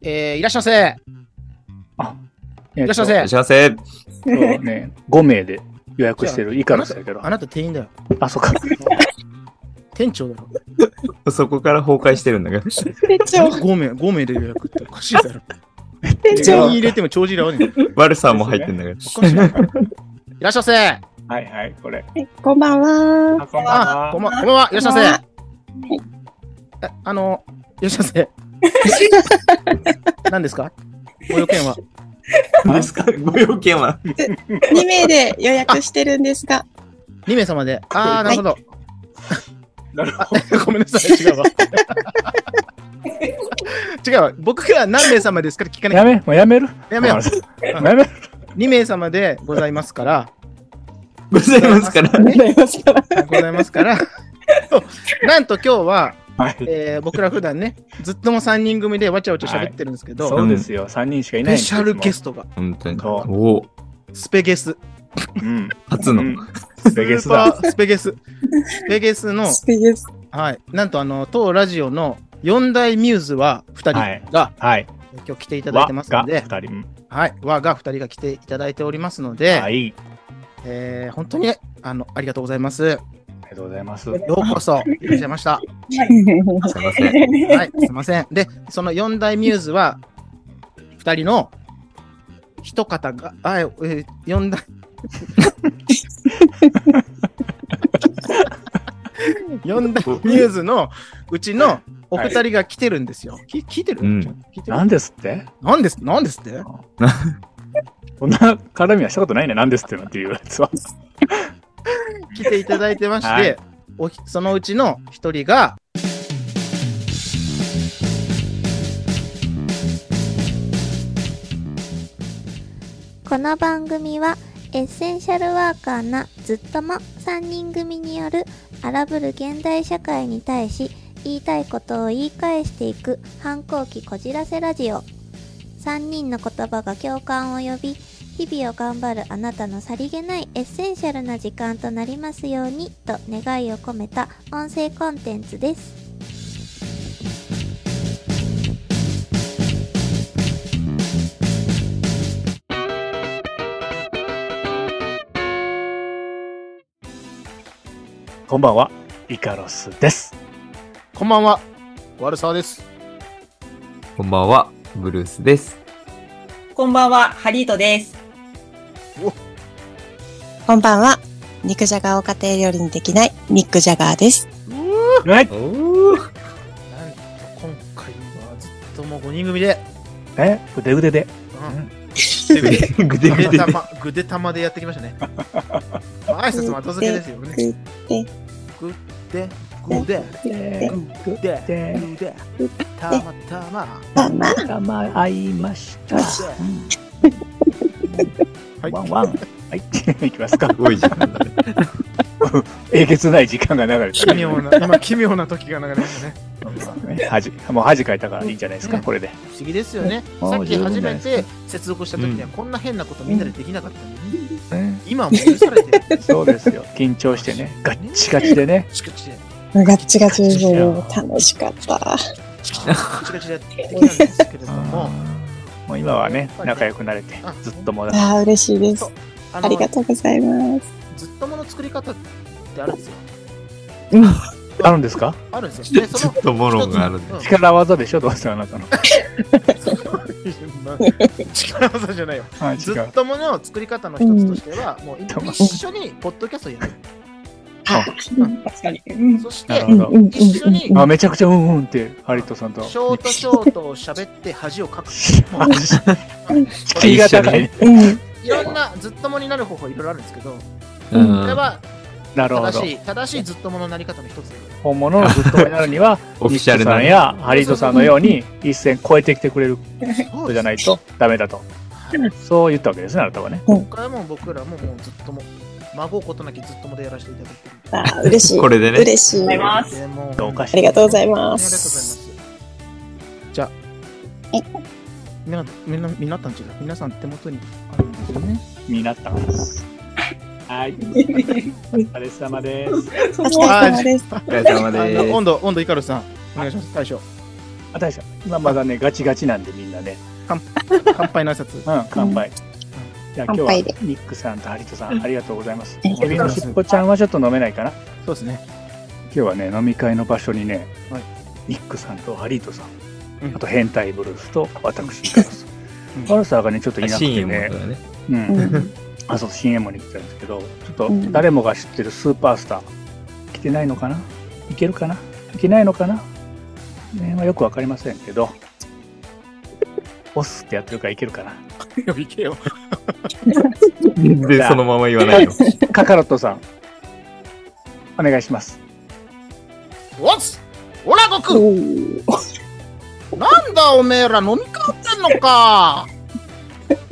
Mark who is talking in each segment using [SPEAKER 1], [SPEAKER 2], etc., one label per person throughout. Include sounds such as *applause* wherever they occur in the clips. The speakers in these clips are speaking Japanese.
[SPEAKER 1] えー、いらっしゃいませ。
[SPEAKER 2] い
[SPEAKER 1] いらっしゃいませ。
[SPEAKER 2] い
[SPEAKER 3] 幸せ
[SPEAKER 2] ね、5名で予約してる。イカロスだけど
[SPEAKER 1] あ。なた店員だよ。
[SPEAKER 2] あ、そっか。
[SPEAKER 1] 店長だよ。
[SPEAKER 3] そこから崩壊してるんだ *laughs* けど。
[SPEAKER 4] *laughs* 店長、
[SPEAKER 1] 5名、5名で予約っておかしいだろ。
[SPEAKER 4] 店
[SPEAKER 1] 店員
[SPEAKER 4] 長。
[SPEAKER 1] 入れても帳尻合わねえ。
[SPEAKER 3] 悪さも入ってんだけど。
[SPEAKER 1] おかしいだろいらっしゃいませ。
[SPEAKER 5] はいはい、これ。
[SPEAKER 4] こんばんは。
[SPEAKER 5] あ、こんばん
[SPEAKER 1] あ、こん
[SPEAKER 5] は。
[SPEAKER 1] ばんは。こんばんは。いらっしゃいませ。
[SPEAKER 4] は
[SPEAKER 1] えあの、いらっしゃいま *laughs* せ。何ですかご用件は。
[SPEAKER 3] 何ですかご用件は。
[SPEAKER 4] 2名で予約してるんですが、
[SPEAKER 1] 2名様で。あー、なるほど。
[SPEAKER 5] なるほど。
[SPEAKER 1] あ *laughs* ごめんなさい、違うわ。違うわ。僕が何名様ですから聞かない。
[SPEAKER 2] やめ、もうやめる。
[SPEAKER 1] やめよう。
[SPEAKER 2] やめる。
[SPEAKER 1] 2名様でございますから。
[SPEAKER 3] ございますから。
[SPEAKER 4] ございますから。
[SPEAKER 1] ございます *laughs* から。そうなんと今日は、
[SPEAKER 5] はい。
[SPEAKER 1] えー僕ら普段ね、ずっとも3人組でわちゃわちゃ喋ってるんですけど、
[SPEAKER 2] そうですよ。3人しかい
[SPEAKER 1] ス
[SPEAKER 2] ない
[SPEAKER 1] ペ
[SPEAKER 2] んです
[SPEAKER 1] シャルゲ
[SPEAKER 2] ト。
[SPEAKER 1] ストが、
[SPEAKER 3] 本当に。
[SPEAKER 2] そう
[SPEAKER 3] おお、
[SPEAKER 1] スペゲス。
[SPEAKER 2] うん。
[SPEAKER 3] 初の。
[SPEAKER 2] うんスペゲスだ。
[SPEAKER 1] スーパースペゲス。スペゲスの、
[SPEAKER 4] スペース。
[SPEAKER 1] はい、なんとあの当ラジオの四大ミューズは2人が、
[SPEAKER 2] はい。
[SPEAKER 1] 今日来ていた
[SPEAKER 2] い
[SPEAKER 1] だいてますので、
[SPEAKER 2] 2人うん。
[SPEAKER 1] はい、和が2人が来ていただいておりますので、
[SPEAKER 2] はい。
[SPEAKER 1] えー本当にねあのありがとうございます。よ
[SPEAKER 2] ありがとうございます。
[SPEAKER 1] うこそいらっしゃいました。
[SPEAKER 3] すいません。
[SPEAKER 1] はい、すいません。で、その四大ミューズは2人の一方が、あえー、四大。四大ミューズのうちのお二人が来てるんですよ。き聞いてる、
[SPEAKER 3] うん
[SPEAKER 1] 聞いてる
[SPEAKER 2] なんですって
[SPEAKER 1] なんですなんですって
[SPEAKER 2] そんな絡みはしたことないね。なんですってなんていうやつは。
[SPEAKER 1] 来ていただいてまして、
[SPEAKER 2] はい
[SPEAKER 1] おひそのうちの一人が、
[SPEAKER 6] この番組はエッセンシャルワーカーなずっとも3人組による荒ぶる現代社会に対し言いたいことを言い返していく反抗期こじらせラジオ3人の言葉が共感を呼び日々を頑張るあなたのさりげないエッセンシャルな時間となりますようにと願いを込めた音声コンテンツです
[SPEAKER 2] こんばんは。イカロスです。
[SPEAKER 1] こんばんは、ワルサーです。
[SPEAKER 3] こんばんは、ブルースです。
[SPEAKER 7] こんばんは、ハリートです。
[SPEAKER 4] こんばんは。肉じゃがを家庭料理にできないニックジャガーです。
[SPEAKER 2] はい。
[SPEAKER 3] おお。
[SPEAKER 1] なんと今回はずっともう5人組で、
[SPEAKER 2] え、腕腕で。
[SPEAKER 1] *laughs*
[SPEAKER 3] ぐでぐで
[SPEAKER 1] ぐ
[SPEAKER 3] ぐ
[SPEAKER 1] で
[SPEAKER 3] で
[SPEAKER 1] た。ま、ぐでたまでやってきましたね。まあ挨拶も後付けですよね。
[SPEAKER 4] ぐで
[SPEAKER 1] ぐで、ぐで、
[SPEAKER 2] で
[SPEAKER 1] ぐで、
[SPEAKER 2] で
[SPEAKER 1] ぐで、たまたま。
[SPEAKER 4] まあまあ、
[SPEAKER 2] たま会いました。
[SPEAKER 1] はい
[SPEAKER 2] ワンワン。はい。 *laughs* いきますか
[SPEAKER 3] す。ごい時間だね。
[SPEAKER 2] えげつない時間が流れ
[SPEAKER 1] 奇
[SPEAKER 2] たね。
[SPEAKER 1] 妙な、今奇妙な時が流れましたね。
[SPEAKER 2] 恥、もう恥かいたからいいんじゃないですか、これで。
[SPEAKER 1] 不思議ですよね。
[SPEAKER 2] うん
[SPEAKER 1] さっき初め
[SPEAKER 2] もう十分じゃない
[SPEAKER 1] て接続した時にはこんな変なことみんなでできなかったのに、
[SPEAKER 2] ね
[SPEAKER 1] 今はもう許されてる。
[SPEAKER 2] そうですよ。 *laughs* 緊張してね、ガッチガチでね。
[SPEAKER 1] チカチで、
[SPEAKER 4] ガッチガチですよ。楽しかった。
[SPEAKER 1] チカチでやってきたんですけれども、
[SPEAKER 2] もう今はね、仲良くなれて、ずっともうだ。
[SPEAKER 4] ああ、嬉しいです
[SPEAKER 1] そう。あ
[SPEAKER 4] ありがとうございます。
[SPEAKER 1] ずっともの作り方ってあるんですよ。
[SPEAKER 2] あるんですか
[SPEAKER 1] あるんですよ。で、
[SPEAKER 3] ち
[SPEAKER 1] そ
[SPEAKER 3] ょ
[SPEAKER 1] の
[SPEAKER 3] っ、とモロンがあるね。
[SPEAKER 1] うん
[SPEAKER 2] 力技でしょどうせあなたの。
[SPEAKER 1] *laughs* 力技じゃないよ。
[SPEAKER 2] あ、
[SPEAKER 1] *laughs*
[SPEAKER 2] 違
[SPEAKER 1] ず
[SPEAKER 2] う
[SPEAKER 1] っ。ともの作り方の一つとしては、もう一緒にポッドキャストをやる。
[SPEAKER 7] 確かに。うん。
[SPEAKER 1] そし
[SPEAKER 2] な
[SPEAKER 1] て
[SPEAKER 2] る、ほど。
[SPEAKER 1] 一緒に
[SPEAKER 2] あ、めちゃくちゃうんうんって、ハリットさんと。
[SPEAKER 1] ショートショートを喋って恥をかく。もう
[SPEAKER 2] 敷居が高い。
[SPEAKER 1] いろんなずっともになる方法いろいろあるんですけど、こ
[SPEAKER 3] う
[SPEAKER 1] れ
[SPEAKER 3] ん。
[SPEAKER 1] は
[SPEAKER 2] *laughs* なるほど
[SPEAKER 1] 正。しい、正しいずっとものなり方の一つでございま
[SPEAKER 2] 本物のずっとになるには、
[SPEAKER 3] オフィシャル
[SPEAKER 2] さ
[SPEAKER 3] なんね。
[SPEAKER 2] やハリートさんのように一線超えてきてくれる
[SPEAKER 1] す。
[SPEAKER 2] 人じゃないとダメだと。そう言ったわけですね、あなたはね。
[SPEAKER 1] 今回はもう僕らももうずっとも、孫ことなきずっともでやらせていただいて
[SPEAKER 4] ああ、嬉しい。
[SPEAKER 3] これでね。
[SPEAKER 4] 嬉しい。
[SPEAKER 7] ありがとうございま
[SPEAKER 4] あ
[SPEAKER 7] す。
[SPEAKER 1] るでもう
[SPEAKER 2] おかしい。
[SPEAKER 4] りがとうござい
[SPEAKER 1] ありがとうございま
[SPEAKER 4] ます。
[SPEAKER 1] す。じゃあ、みんな、みんな、みんなたんちが、皆さん手元にあるんですよね。
[SPEAKER 2] になったんです。はい。お疲れ様です。
[SPEAKER 8] そ
[SPEAKER 4] お
[SPEAKER 8] の
[SPEAKER 4] 疲れ様です。
[SPEAKER 3] お疲れ様
[SPEAKER 1] あ
[SPEAKER 3] で
[SPEAKER 1] の
[SPEAKER 3] す
[SPEAKER 1] 温。度、温度、イカロスさん、お願いします、大将。
[SPEAKER 2] あ、大将、今まだね、ガチガチなんでみんなね。
[SPEAKER 1] 乾杯の挨拶。
[SPEAKER 2] うん、乾杯。じゃあ今日は
[SPEAKER 4] 乾杯で
[SPEAKER 2] ニックさんとハリトさん、ありがとうございます。
[SPEAKER 4] ありがとう
[SPEAKER 2] お
[SPEAKER 4] ござ
[SPEAKER 2] び
[SPEAKER 4] い
[SPEAKER 2] の
[SPEAKER 1] ます
[SPEAKER 2] しっぽちゃんはちょっと飲めないかな。
[SPEAKER 1] そうですね。
[SPEAKER 2] 今日はね、飲み会の場所にね、
[SPEAKER 1] はい
[SPEAKER 2] ニックさんとハリートさん、
[SPEAKER 1] うん
[SPEAKER 2] あと変態ブルースと私、イカロス
[SPEAKER 1] うん。
[SPEAKER 2] ワルサーがね、ちょっといなく
[SPEAKER 3] シー
[SPEAKER 2] て
[SPEAKER 3] ン
[SPEAKER 2] ね
[SPEAKER 3] も、ね。
[SPEAKER 2] うん
[SPEAKER 4] う、ん
[SPEAKER 2] あ、そう、新エモに来てたんですけど、ちょっと
[SPEAKER 4] うん
[SPEAKER 2] 誰もが知ってるスーパースター、来てないのかないけるかないけないのかなね、まあよくわかりませんけど、オスってやってるからいけるかな
[SPEAKER 1] びけよ。
[SPEAKER 3] 全然そのまま言わないの。
[SPEAKER 2] *laughs* カカロットさん、お願いします。
[SPEAKER 1] おっすオラゴクなんだおめえら飲みかってんのか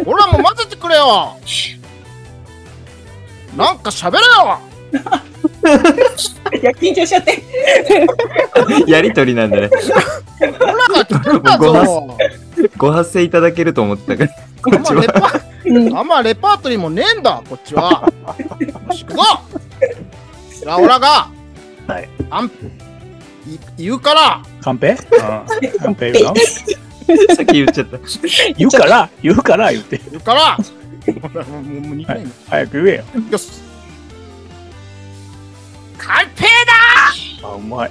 [SPEAKER 1] オラも混ぜてくれよなんか喋れよ
[SPEAKER 8] いや、緊張しちゃって。
[SPEAKER 3] *laughs* やりとりなんだね。
[SPEAKER 1] オラが作った
[SPEAKER 3] ご発
[SPEAKER 1] ぞ
[SPEAKER 3] ご発声いただけると思ったから。こ
[SPEAKER 1] あ
[SPEAKER 3] っ
[SPEAKER 1] んま
[SPEAKER 3] ち
[SPEAKER 1] レ
[SPEAKER 3] は。
[SPEAKER 1] パあんまレパートリーもねえんだこっちはよし行くぞじゃあオラが、
[SPEAKER 2] はい
[SPEAKER 1] あんい言うから
[SPEAKER 2] カ *laughs* ンペうん。カンペ言うの
[SPEAKER 3] さっき言っちゃ *laughs* った。
[SPEAKER 2] 言うから、言うから言って。
[SPEAKER 1] 言うからほらもうもうもう2回目
[SPEAKER 2] 早く言えよ。
[SPEAKER 1] よし完璧だ
[SPEAKER 2] あ、うまい。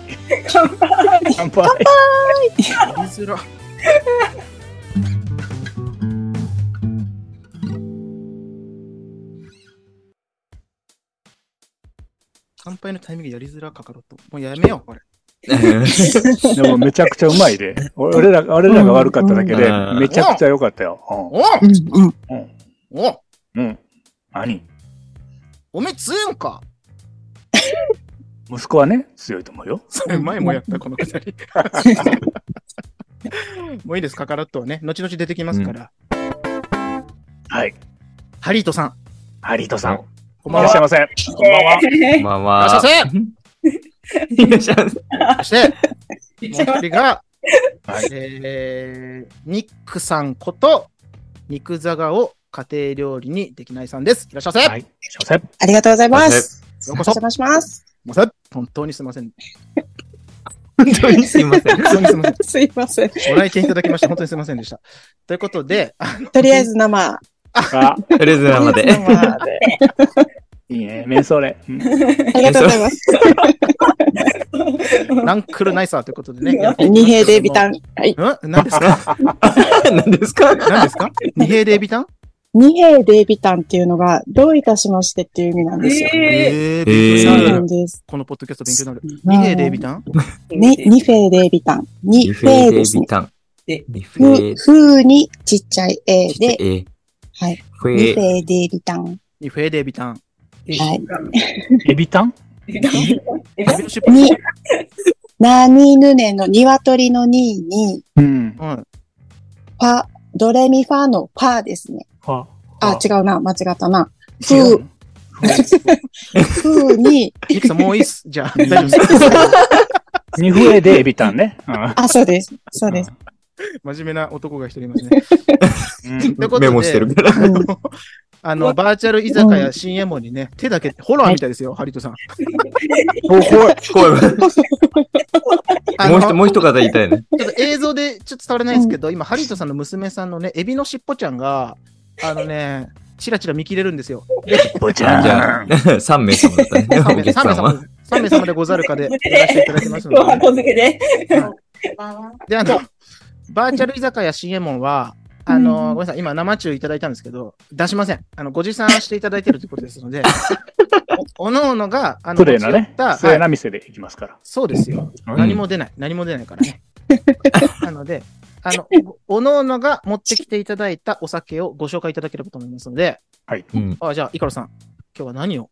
[SPEAKER 8] 乾杯
[SPEAKER 2] 乾杯。
[SPEAKER 1] やりづら乾杯のタイミングやりづらかかろうと。もうやめよう、これ。
[SPEAKER 2] でもめちゃくちゃうまいで。俺俺ら、俺らが悪かっただけで
[SPEAKER 3] う、ん
[SPEAKER 2] めちゃくちゃ良かったよ。
[SPEAKER 1] お
[SPEAKER 4] うん
[SPEAKER 2] うん。うん。
[SPEAKER 1] おお
[SPEAKER 2] うん。何
[SPEAKER 1] おめえ強いんか
[SPEAKER 2] 息子はね、強いと思うよ。
[SPEAKER 1] それ *laughs* 前もやった、このくだり。 *laughs* もういいです、カカロットはね。後々出てきますから。
[SPEAKER 2] はい。
[SPEAKER 1] ハリートさん、
[SPEAKER 2] ハリートさん。
[SPEAKER 1] こん
[SPEAKER 2] い
[SPEAKER 1] ばん
[SPEAKER 2] らっしゃい
[SPEAKER 1] は。
[SPEAKER 2] ませ。こんばんは。
[SPEAKER 3] こんばんは。
[SPEAKER 1] いらっしゃいま
[SPEAKER 3] *laughs* いらっしゃいませ。
[SPEAKER 1] そして、もう
[SPEAKER 4] *laughs*
[SPEAKER 8] 緊
[SPEAKER 1] 一人が、
[SPEAKER 2] はい
[SPEAKER 1] えー、ニックさんこと、肉座がを家庭料理にできないさんです。いらっしゃいませ。
[SPEAKER 2] はい。いらっしゃいま
[SPEAKER 4] ありがとうございます。
[SPEAKER 1] よう
[SPEAKER 4] お
[SPEAKER 1] こそ。
[SPEAKER 4] 邪魔します。
[SPEAKER 1] もうさ本当にすみません。
[SPEAKER 3] 本当にすいません。
[SPEAKER 1] 本当にすみません。
[SPEAKER 4] *laughs* すいません。
[SPEAKER 1] ご来店いただきまして、本当にすみませんでした。ということで、あ
[SPEAKER 4] とりあえず
[SPEAKER 2] せ。
[SPEAKER 4] 生。
[SPEAKER 2] あ、
[SPEAKER 3] とりあえず生で。
[SPEAKER 4] 生で。
[SPEAKER 2] いいね。メンソーレ。うん
[SPEAKER 4] ありがとうございます。
[SPEAKER 1] ランクルナイサーということでね。
[SPEAKER 4] *laughs* 二平でビタ
[SPEAKER 1] ン。
[SPEAKER 4] ン。はい。
[SPEAKER 1] うん何ですか
[SPEAKER 3] 何ですか
[SPEAKER 1] 何ですか *laughs* 二平でビタン
[SPEAKER 4] 二平でビタンっていうのが、どういたしましてっていう意味なんですよ。
[SPEAKER 8] え
[SPEAKER 1] えー
[SPEAKER 3] え
[SPEAKER 4] そう
[SPEAKER 3] ー
[SPEAKER 4] なんです。
[SPEAKER 1] このポッドキャスト勉強になる。二平でビタン
[SPEAKER 8] ー
[SPEAKER 4] ね、二平でビタン。二
[SPEAKER 3] リフェ
[SPEAKER 4] 平
[SPEAKER 3] ー
[SPEAKER 4] で
[SPEAKER 3] デ
[SPEAKER 4] すね
[SPEAKER 3] ビ。タン。
[SPEAKER 8] で
[SPEAKER 3] リフェ
[SPEAKER 4] ふ、
[SPEAKER 3] ー
[SPEAKER 4] ふうにちっちゃい A で、
[SPEAKER 3] デ
[SPEAKER 4] はい。
[SPEAKER 3] フ
[SPEAKER 4] 二
[SPEAKER 3] ェー
[SPEAKER 4] 平でビタン。
[SPEAKER 1] 二平でビタン。
[SPEAKER 4] はい。
[SPEAKER 2] エビタン
[SPEAKER 8] え
[SPEAKER 1] リベロシップ
[SPEAKER 4] に、なにぬねの鶏のにに、
[SPEAKER 2] うん。
[SPEAKER 1] はい。
[SPEAKER 4] ファ、ドレミファのファですね。
[SPEAKER 2] は
[SPEAKER 4] あ
[SPEAKER 2] は、
[SPEAKER 4] 違うな、間違ったな。
[SPEAKER 2] 違う
[SPEAKER 4] ふう、ふうに、
[SPEAKER 1] ニックさん、もういいっす。じゃあ、大丈夫です。 *laughs*
[SPEAKER 2] ニフエでエビタンね。うん
[SPEAKER 4] あ、そうです。そうです。
[SPEAKER 1] 真面目な男が一人いますね。
[SPEAKER 2] うん。
[SPEAKER 1] ということで
[SPEAKER 3] メモしてるから。
[SPEAKER 4] うん
[SPEAKER 1] あの、バーチャル居酒屋新エモにね、手だけ、ホラーみたいですよ、ハリトさん。
[SPEAKER 2] お、怖い。
[SPEAKER 3] 怖いわ
[SPEAKER 1] あ
[SPEAKER 3] も
[SPEAKER 1] の
[SPEAKER 3] う一もう一方いたいね。
[SPEAKER 1] ちょっと映像でちょっと伝わらないんですけど、今、ハリートさんの娘さんのね、エビのしっぽちゃんが、あのね、チラチラ見切れるんですよ。
[SPEAKER 2] ぼち
[SPEAKER 3] じゃ
[SPEAKER 2] ゃ
[SPEAKER 3] あ
[SPEAKER 2] ん。、
[SPEAKER 3] 3名様だったね。
[SPEAKER 1] 3
[SPEAKER 3] お
[SPEAKER 1] 名
[SPEAKER 3] 客さん
[SPEAKER 1] 様
[SPEAKER 3] は。
[SPEAKER 1] で、3名様でござるかで、やらせていただきますので。
[SPEAKER 8] 本付けで。
[SPEAKER 1] で、あの、バーチャル居酒屋新右衛門は、あの、ごめんなさい、今生中いただいたんですけど、出しません。あの、ご持参していただいてるということです
[SPEAKER 8] *laughs*
[SPEAKER 1] ので、おおのおのが、あの、
[SPEAKER 2] プレーな
[SPEAKER 1] 持ち寄
[SPEAKER 2] ね
[SPEAKER 1] っ。た
[SPEAKER 2] プレー
[SPEAKER 1] はい
[SPEAKER 2] な店で行きますから。
[SPEAKER 1] そうですよ。
[SPEAKER 3] うん
[SPEAKER 1] 何も出ない、何も出ないから
[SPEAKER 2] *laughs*
[SPEAKER 1] ね。なので、あの、おおのおのが持ってきていただいたお酒をご紹介いただければと思いますので、
[SPEAKER 2] はい。
[SPEAKER 3] うん。
[SPEAKER 1] あじゃあ、イカロさん、今日は何を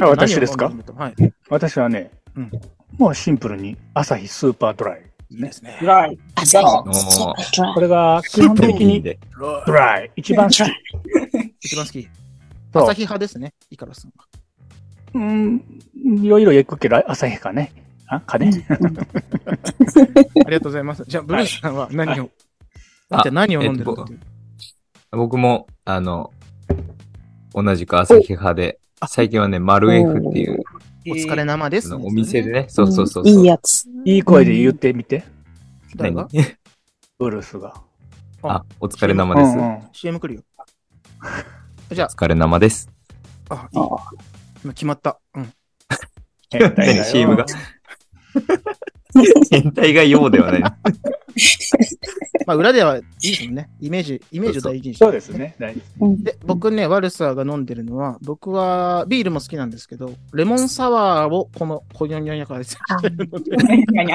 [SPEAKER 2] あ、私ですか
[SPEAKER 1] 何を飲んでるとはい。
[SPEAKER 2] 私はね
[SPEAKER 1] うん、
[SPEAKER 2] もうシンプルに、朝日スーパードライ。
[SPEAKER 1] いいですね。
[SPEAKER 8] ドライ。
[SPEAKER 4] あ、そう
[SPEAKER 3] おー
[SPEAKER 4] そうドライ
[SPEAKER 2] これが基本的に
[SPEAKER 3] で。
[SPEAKER 2] ドライ。一番好き。
[SPEAKER 1] 一番好き。
[SPEAKER 2] そう
[SPEAKER 1] 朝日派ですね、イカロさんは。
[SPEAKER 2] うん、いろいろ行くけど、朝日かね。あ、かね。
[SPEAKER 1] ありがとうございます。じゃあ、ブルースさんは何を、
[SPEAKER 3] はい
[SPEAKER 1] じゃあ何を飲んでるのかっていう。
[SPEAKER 3] 僕も、あの、同じく朝日派で、最近はね、マルエフっていう、
[SPEAKER 1] お疲れ生です、
[SPEAKER 3] あのお店でね、そうそうそう。
[SPEAKER 4] いい
[SPEAKER 3] そう
[SPEAKER 4] やつ。
[SPEAKER 2] いい声で言ってみて、
[SPEAKER 1] 誰が
[SPEAKER 3] 何
[SPEAKER 2] ブルースが。
[SPEAKER 3] *laughs* あ、お疲れ生です。
[SPEAKER 2] う
[SPEAKER 3] お
[SPEAKER 2] んうん
[SPEAKER 1] ?CM 来るよ。じゃ
[SPEAKER 3] 疲れ生です。
[SPEAKER 1] あ、あ、いい。今決まった。うん。
[SPEAKER 2] 変態だよ
[SPEAKER 3] 何 CM が。変態がようではない。
[SPEAKER 1] まあ、裏ではいいですもんね。イメージ、イメージを大事にして。
[SPEAKER 2] そうですね。大事
[SPEAKER 1] で、僕ね、ワルサーが飲んでるのは、僕はビールも好きなんですけど、レモンサワーをこの、こにょにょにゃからです。
[SPEAKER 4] いいや
[SPEAKER 3] に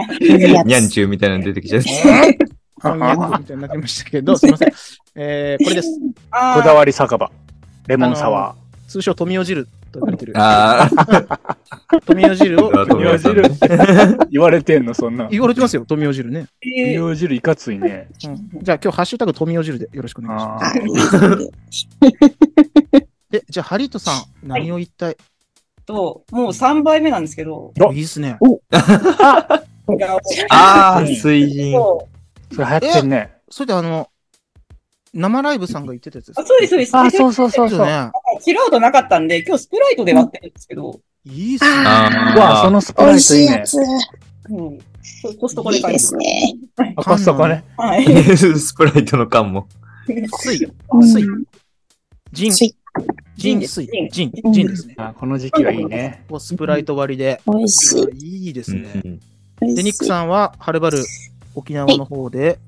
[SPEAKER 3] ゃん
[SPEAKER 4] つ。
[SPEAKER 3] ちゅうみたいなの出てきちゃって。
[SPEAKER 1] こんにゃくみたいになってましたけど、すいません。えー、これです。
[SPEAKER 2] こだわり酒場。レモンサワ
[SPEAKER 1] 通称、富尾汁と呼ばれてる。
[SPEAKER 3] あ
[SPEAKER 1] 富尾汁を、
[SPEAKER 3] あ、
[SPEAKER 2] ー。
[SPEAKER 3] 富
[SPEAKER 2] 苗
[SPEAKER 3] さん
[SPEAKER 2] 汁
[SPEAKER 3] ね。
[SPEAKER 2] *laughs* 言われてんの、そんな。
[SPEAKER 1] 言われてますよ、富尾汁ね。
[SPEAKER 2] 苗汁いかついね。
[SPEAKER 1] うんじゃあ、今日、ハッシュタグ富尾汁でよろしくお願いします。
[SPEAKER 2] あ
[SPEAKER 4] あいいですね
[SPEAKER 1] で、じゃあ、ハリートさん、何を言いたい、
[SPEAKER 8] と、もう3杯目なんですけど、
[SPEAKER 2] お
[SPEAKER 1] い、いですね。
[SPEAKER 8] いや
[SPEAKER 3] ああ、水人。
[SPEAKER 8] そ
[SPEAKER 2] ーそれ流行ってんね。
[SPEAKER 1] それで、あの、生ライブさんが言ってたやつです
[SPEAKER 8] うあそうです、そうです。
[SPEAKER 2] あ、そうそうそう
[SPEAKER 1] です
[SPEAKER 2] そ
[SPEAKER 1] よ
[SPEAKER 2] う。
[SPEAKER 1] ね。
[SPEAKER 8] 素人なかったんで、今日スプライトで割ってるんですけど、
[SPEAKER 1] いいっすね。
[SPEAKER 3] あー
[SPEAKER 2] わあ、そのスプ
[SPEAKER 4] 美
[SPEAKER 2] ライ
[SPEAKER 4] 味
[SPEAKER 2] ト
[SPEAKER 4] し
[SPEAKER 2] いい
[SPEAKER 4] いや
[SPEAKER 2] ね。
[SPEAKER 4] つ。
[SPEAKER 8] うん。コストコ
[SPEAKER 4] い
[SPEAKER 8] で
[SPEAKER 4] い
[SPEAKER 8] 買
[SPEAKER 4] で
[SPEAKER 8] いますす。
[SPEAKER 4] ね。
[SPEAKER 2] あ、コストコね。
[SPEAKER 8] はい。
[SPEAKER 3] スプライトの缶も。
[SPEAKER 1] 熱い。
[SPEAKER 4] うん
[SPEAKER 1] 熱い。ジン、
[SPEAKER 4] つ
[SPEAKER 1] ジ
[SPEAKER 4] い
[SPEAKER 1] ン、
[SPEAKER 8] ジン
[SPEAKER 1] 水
[SPEAKER 8] ジン、
[SPEAKER 1] ジン、
[SPEAKER 4] うん
[SPEAKER 1] ジンですね。
[SPEAKER 2] あ、この時期はいいね。
[SPEAKER 1] こうスプライト割りで。
[SPEAKER 4] 美味しい。
[SPEAKER 1] いいで
[SPEAKER 3] う
[SPEAKER 1] す
[SPEAKER 3] ん
[SPEAKER 1] ね。
[SPEAKER 4] 美味し
[SPEAKER 1] で、
[SPEAKER 4] い
[SPEAKER 1] ニックさんは、はるばる沖縄の方で、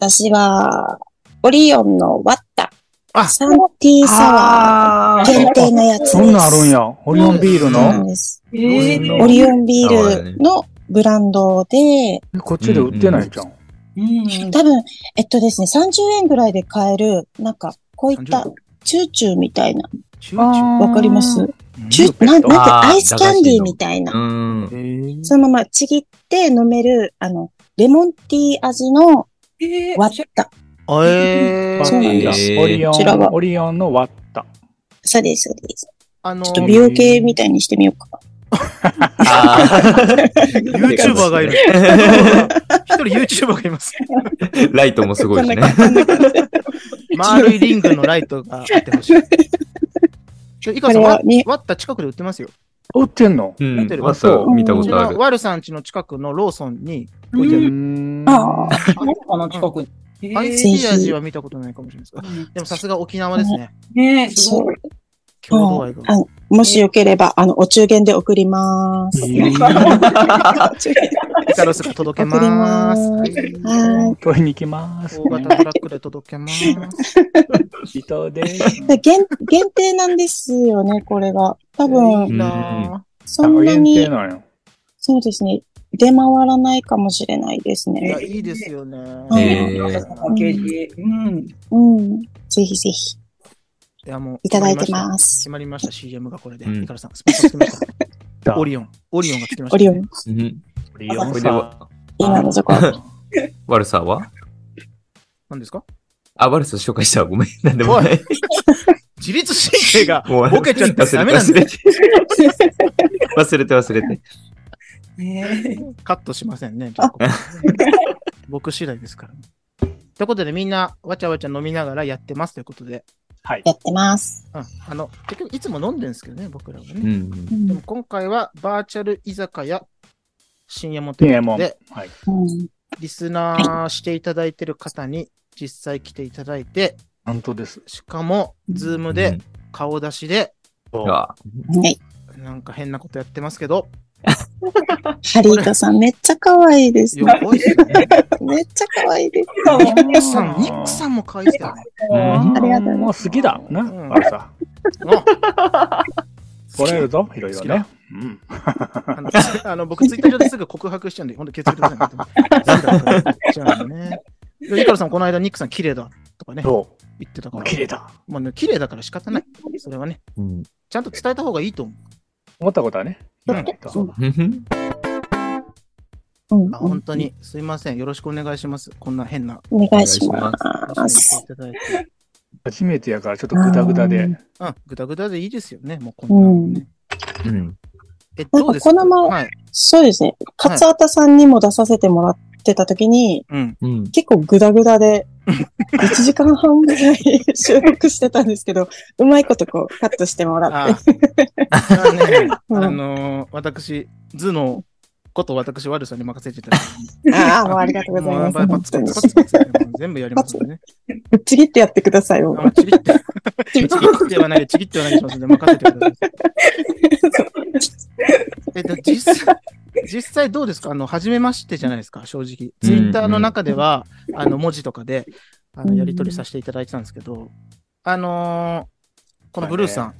[SPEAKER 4] 私は、オリオンのワッタ。
[SPEAKER 1] あ
[SPEAKER 4] サンティーサワ
[SPEAKER 8] あ
[SPEAKER 4] ー限定のやつです。
[SPEAKER 2] そんなんあるんや。オリオンビール
[SPEAKER 4] そうな
[SPEAKER 2] の
[SPEAKER 4] んです。
[SPEAKER 8] ー。え
[SPEAKER 2] う
[SPEAKER 8] ー
[SPEAKER 2] ん
[SPEAKER 4] オリオンビールのブランドで、
[SPEAKER 2] えこっちで売ってないじゃん。
[SPEAKER 8] うん。
[SPEAKER 4] 多分、えっとですね、30円ぐらいで買える、なんか、こういった
[SPEAKER 1] 30、
[SPEAKER 4] チューチューみたいな。
[SPEAKER 1] チューチュー
[SPEAKER 4] わかります
[SPEAKER 1] うん
[SPEAKER 4] チュー、なん、なん
[SPEAKER 3] あ
[SPEAKER 4] か
[SPEAKER 3] ー
[SPEAKER 4] アイスキャンディーみたいな。
[SPEAKER 3] うん。
[SPEAKER 1] え
[SPEAKER 4] そのままちぎって飲める、あの、レモンティー味の
[SPEAKER 8] えー
[SPEAKER 4] ワッタ。
[SPEAKER 1] ーえー
[SPEAKER 4] そうなんです。
[SPEAKER 3] えー
[SPEAKER 2] オリオ
[SPEAKER 4] こちら
[SPEAKER 2] ン、
[SPEAKER 4] は
[SPEAKER 2] オリオンの割った。
[SPEAKER 4] そうです、そうです。
[SPEAKER 1] あの
[SPEAKER 4] ちょっと美容系みたいにしてみようか。
[SPEAKER 3] *laughs* あ
[SPEAKER 1] ユーチューバーがいる。一人ユーチューバーがいます。
[SPEAKER 3] ー *laughs* ライトもすごいしね。
[SPEAKER 1] 丸いリングのライトがあってほしい。ちょ、いか
[SPEAKER 4] こ
[SPEAKER 1] さ
[SPEAKER 4] れ
[SPEAKER 1] ん、
[SPEAKER 4] は
[SPEAKER 1] わ
[SPEAKER 4] に、
[SPEAKER 1] わった近くで売ってますよ。
[SPEAKER 2] 売ってんの
[SPEAKER 3] うん。ま
[SPEAKER 1] あ
[SPEAKER 3] た
[SPEAKER 2] そう
[SPEAKER 3] 見たこ
[SPEAKER 1] うち
[SPEAKER 3] とあ
[SPEAKER 1] の
[SPEAKER 3] る。
[SPEAKER 1] ワルさん家の近くのローソンに置いてあ
[SPEAKER 2] う
[SPEAKER 1] る。
[SPEAKER 2] ん
[SPEAKER 4] ああ、
[SPEAKER 8] あるかな、近くに。え
[SPEAKER 1] アイ
[SPEAKER 4] い
[SPEAKER 1] ステ
[SPEAKER 4] ぜひ
[SPEAKER 1] ィー味は見たことないかもしれないですが。
[SPEAKER 8] ー
[SPEAKER 1] でもさすが沖縄ですね。
[SPEAKER 8] ねえ、す
[SPEAKER 4] そ
[SPEAKER 8] ご
[SPEAKER 4] う
[SPEAKER 8] い。。
[SPEAKER 1] 郷土愛が。
[SPEAKER 4] あのもしよければ、あの、お中元で送
[SPEAKER 2] *laughs*
[SPEAKER 4] ります。お中元
[SPEAKER 1] イカロスが届けまーす。
[SPEAKER 4] 送
[SPEAKER 1] は
[SPEAKER 4] は
[SPEAKER 2] 取りに行きます
[SPEAKER 1] い。。大型トラックで届けまーす。
[SPEAKER 2] 伊藤です
[SPEAKER 4] い。。で限限定なんですよね、これが。多
[SPEAKER 1] い
[SPEAKER 4] 分、
[SPEAKER 1] いな
[SPEAKER 4] そんな
[SPEAKER 2] 限定
[SPEAKER 4] に、
[SPEAKER 2] なんよ。
[SPEAKER 4] そうですね、出回らないかもしれないです
[SPEAKER 1] ぁ。い
[SPEAKER 4] ね。
[SPEAKER 1] や、いいですよね。
[SPEAKER 4] うん
[SPEAKER 3] え
[SPEAKER 8] パ
[SPEAKER 3] ー
[SPEAKER 8] ソコンケージうん。
[SPEAKER 4] うん。ぜひぜひ、
[SPEAKER 1] いや、もう。
[SPEAKER 4] いただいてます。
[SPEAKER 1] 決まりました、CM がこれで。
[SPEAKER 3] うん
[SPEAKER 1] イカロスさん、スポンサーつきました。
[SPEAKER 2] だ
[SPEAKER 1] オリオン。オリオンがつきました。
[SPEAKER 4] オリオン。
[SPEAKER 3] うん
[SPEAKER 2] オリオ
[SPEAKER 3] こ
[SPEAKER 2] ン
[SPEAKER 3] れで
[SPEAKER 2] さん。
[SPEAKER 3] は、
[SPEAKER 4] 今のところ。
[SPEAKER 3] 悪さは
[SPEAKER 1] 何ですか
[SPEAKER 3] あ、悪さ紹介したわ。
[SPEAKER 1] *laughs*
[SPEAKER 3] ごめん。なんでもない。
[SPEAKER 1] 自律神経が
[SPEAKER 3] *laughs* もう
[SPEAKER 1] ボケちゃってダメなん
[SPEAKER 3] 忘
[SPEAKER 1] で
[SPEAKER 3] れて忘れて忘れて。
[SPEAKER 8] ね
[SPEAKER 1] カットしませんね。ちょっと *laughs* 僕次第ですから、ね。ということで、みんなわちゃわちゃ飲みながらやってますということで、
[SPEAKER 4] やってます。
[SPEAKER 1] うん、あの結局いつも飲んでるんですけどね、僕らは
[SPEAKER 3] う
[SPEAKER 1] ね。
[SPEAKER 3] ん。
[SPEAKER 1] でも今回はバーチャル居酒屋深夜もと
[SPEAKER 2] ね
[SPEAKER 1] い
[SPEAKER 2] え、
[SPEAKER 1] うこ
[SPEAKER 2] も
[SPEAKER 1] とで、
[SPEAKER 2] う。はい。
[SPEAKER 4] うん
[SPEAKER 1] リスナーしていただいてる方に実際来ていただいて、
[SPEAKER 2] 本当です。
[SPEAKER 1] しかも、ズーム
[SPEAKER 3] う
[SPEAKER 1] で
[SPEAKER 3] ん、
[SPEAKER 1] 顔出しで、
[SPEAKER 3] うわ
[SPEAKER 4] はい。
[SPEAKER 1] なんか変なことやってますけど、
[SPEAKER 4] ハリートさん、めっちゃ可愛いです
[SPEAKER 1] よ
[SPEAKER 4] ね。
[SPEAKER 1] こいっすね。
[SPEAKER 4] めっちゃ可愛いです。
[SPEAKER 1] ニックさん、ニックさんも可愛いっすよね。
[SPEAKER 3] うん
[SPEAKER 4] ありがとうござい
[SPEAKER 2] もう
[SPEAKER 4] ます
[SPEAKER 2] 好きだ。な、
[SPEAKER 1] うん
[SPEAKER 2] あれさ。
[SPEAKER 1] あ *laughs*
[SPEAKER 2] 来られるぞ、いろいろね。うん。
[SPEAKER 1] あの、あの僕、ツイッター上ですぐ告白しちゃうんで、本当気をつけてくださいねと思って。なんだろうと思っちゃうんでね。でイカロさん、この間、ニックさん、綺麗だとかね、言
[SPEAKER 2] そ
[SPEAKER 1] ってた
[SPEAKER 2] う。
[SPEAKER 1] から。
[SPEAKER 2] 綺麗だ。
[SPEAKER 1] まあね、綺麗だから仕方ない。それはね、
[SPEAKER 3] うん
[SPEAKER 1] ちゃんと伝えた方がいいと思
[SPEAKER 2] 思ったことはね。
[SPEAKER 1] うん
[SPEAKER 2] うん
[SPEAKER 4] そうだ
[SPEAKER 3] うん
[SPEAKER 4] う
[SPEAKER 1] う。
[SPEAKER 4] ん
[SPEAKER 1] あ、本当に、すいません。よろしくお願いします。こんな変な。
[SPEAKER 4] お願いしま
[SPEAKER 1] お
[SPEAKER 4] す。
[SPEAKER 1] いただいて。
[SPEAKER 2] 初めてやから、ちょっとグダグダ
[SPEAKER 4] う
[SPEAKER 2] で
[SPEAKER 4] ん。
[SPEAKER 1] うん、ぐだぐだでいいですよね、もうこんなのね。
[SPEAKER 3] うん。
[SPEAKER 1] え、どうです
[SPEAKER 4] なんかこの前
[SPEAKER 1] はい。
[SPEAKER 4] そうですね。勝畑さんにも出させてもらってた時に、
[SPEAKER 1] うん。
[SPEAKER 3] うん。
[SPEAKER 4] 結構グダグダで、 1時間半ぐらい収録してたんですけど、うまいことこうカットしてもらって。
[SPEAKER 1] ああね、
[SPEAKER 4] *laughs* うん
[SPEAKER 1] あのー私、頭のこと私、悪さんに任せてたんです
[SPEAKER 4] ああ、
[SPEAKER 1] け
[SPEAKER 4] もうありがとうございます。
[SPEAKER 1] もうパ
[SPEAKER 4] 本
[SPEAKER 1] ツ
[SPEAKER 4] 当
[SPEAKER 1] パ
[SPEAKER 4] に
[SPEAKER 1] ツパツパツパツもう全部やりますんでね。
[SPEAKER 4] ぶっちぎってやってください、も
[SPEAKER 1] あ
[SPEAKER 4] う。
[SPEAKER 1] ちぎって、
[SPEAKER 4] *laughs*
[SPEAKER 1] ちぎってはない、ちぎってはないしますんで、任せてください。えっと、実際、実際どうですかあの、初めましてじゃないですか、正直。ツイッターの中では、あの、文字とかで、あの、やり取りさせていただいてたんですけど、あのーこのブルーさん、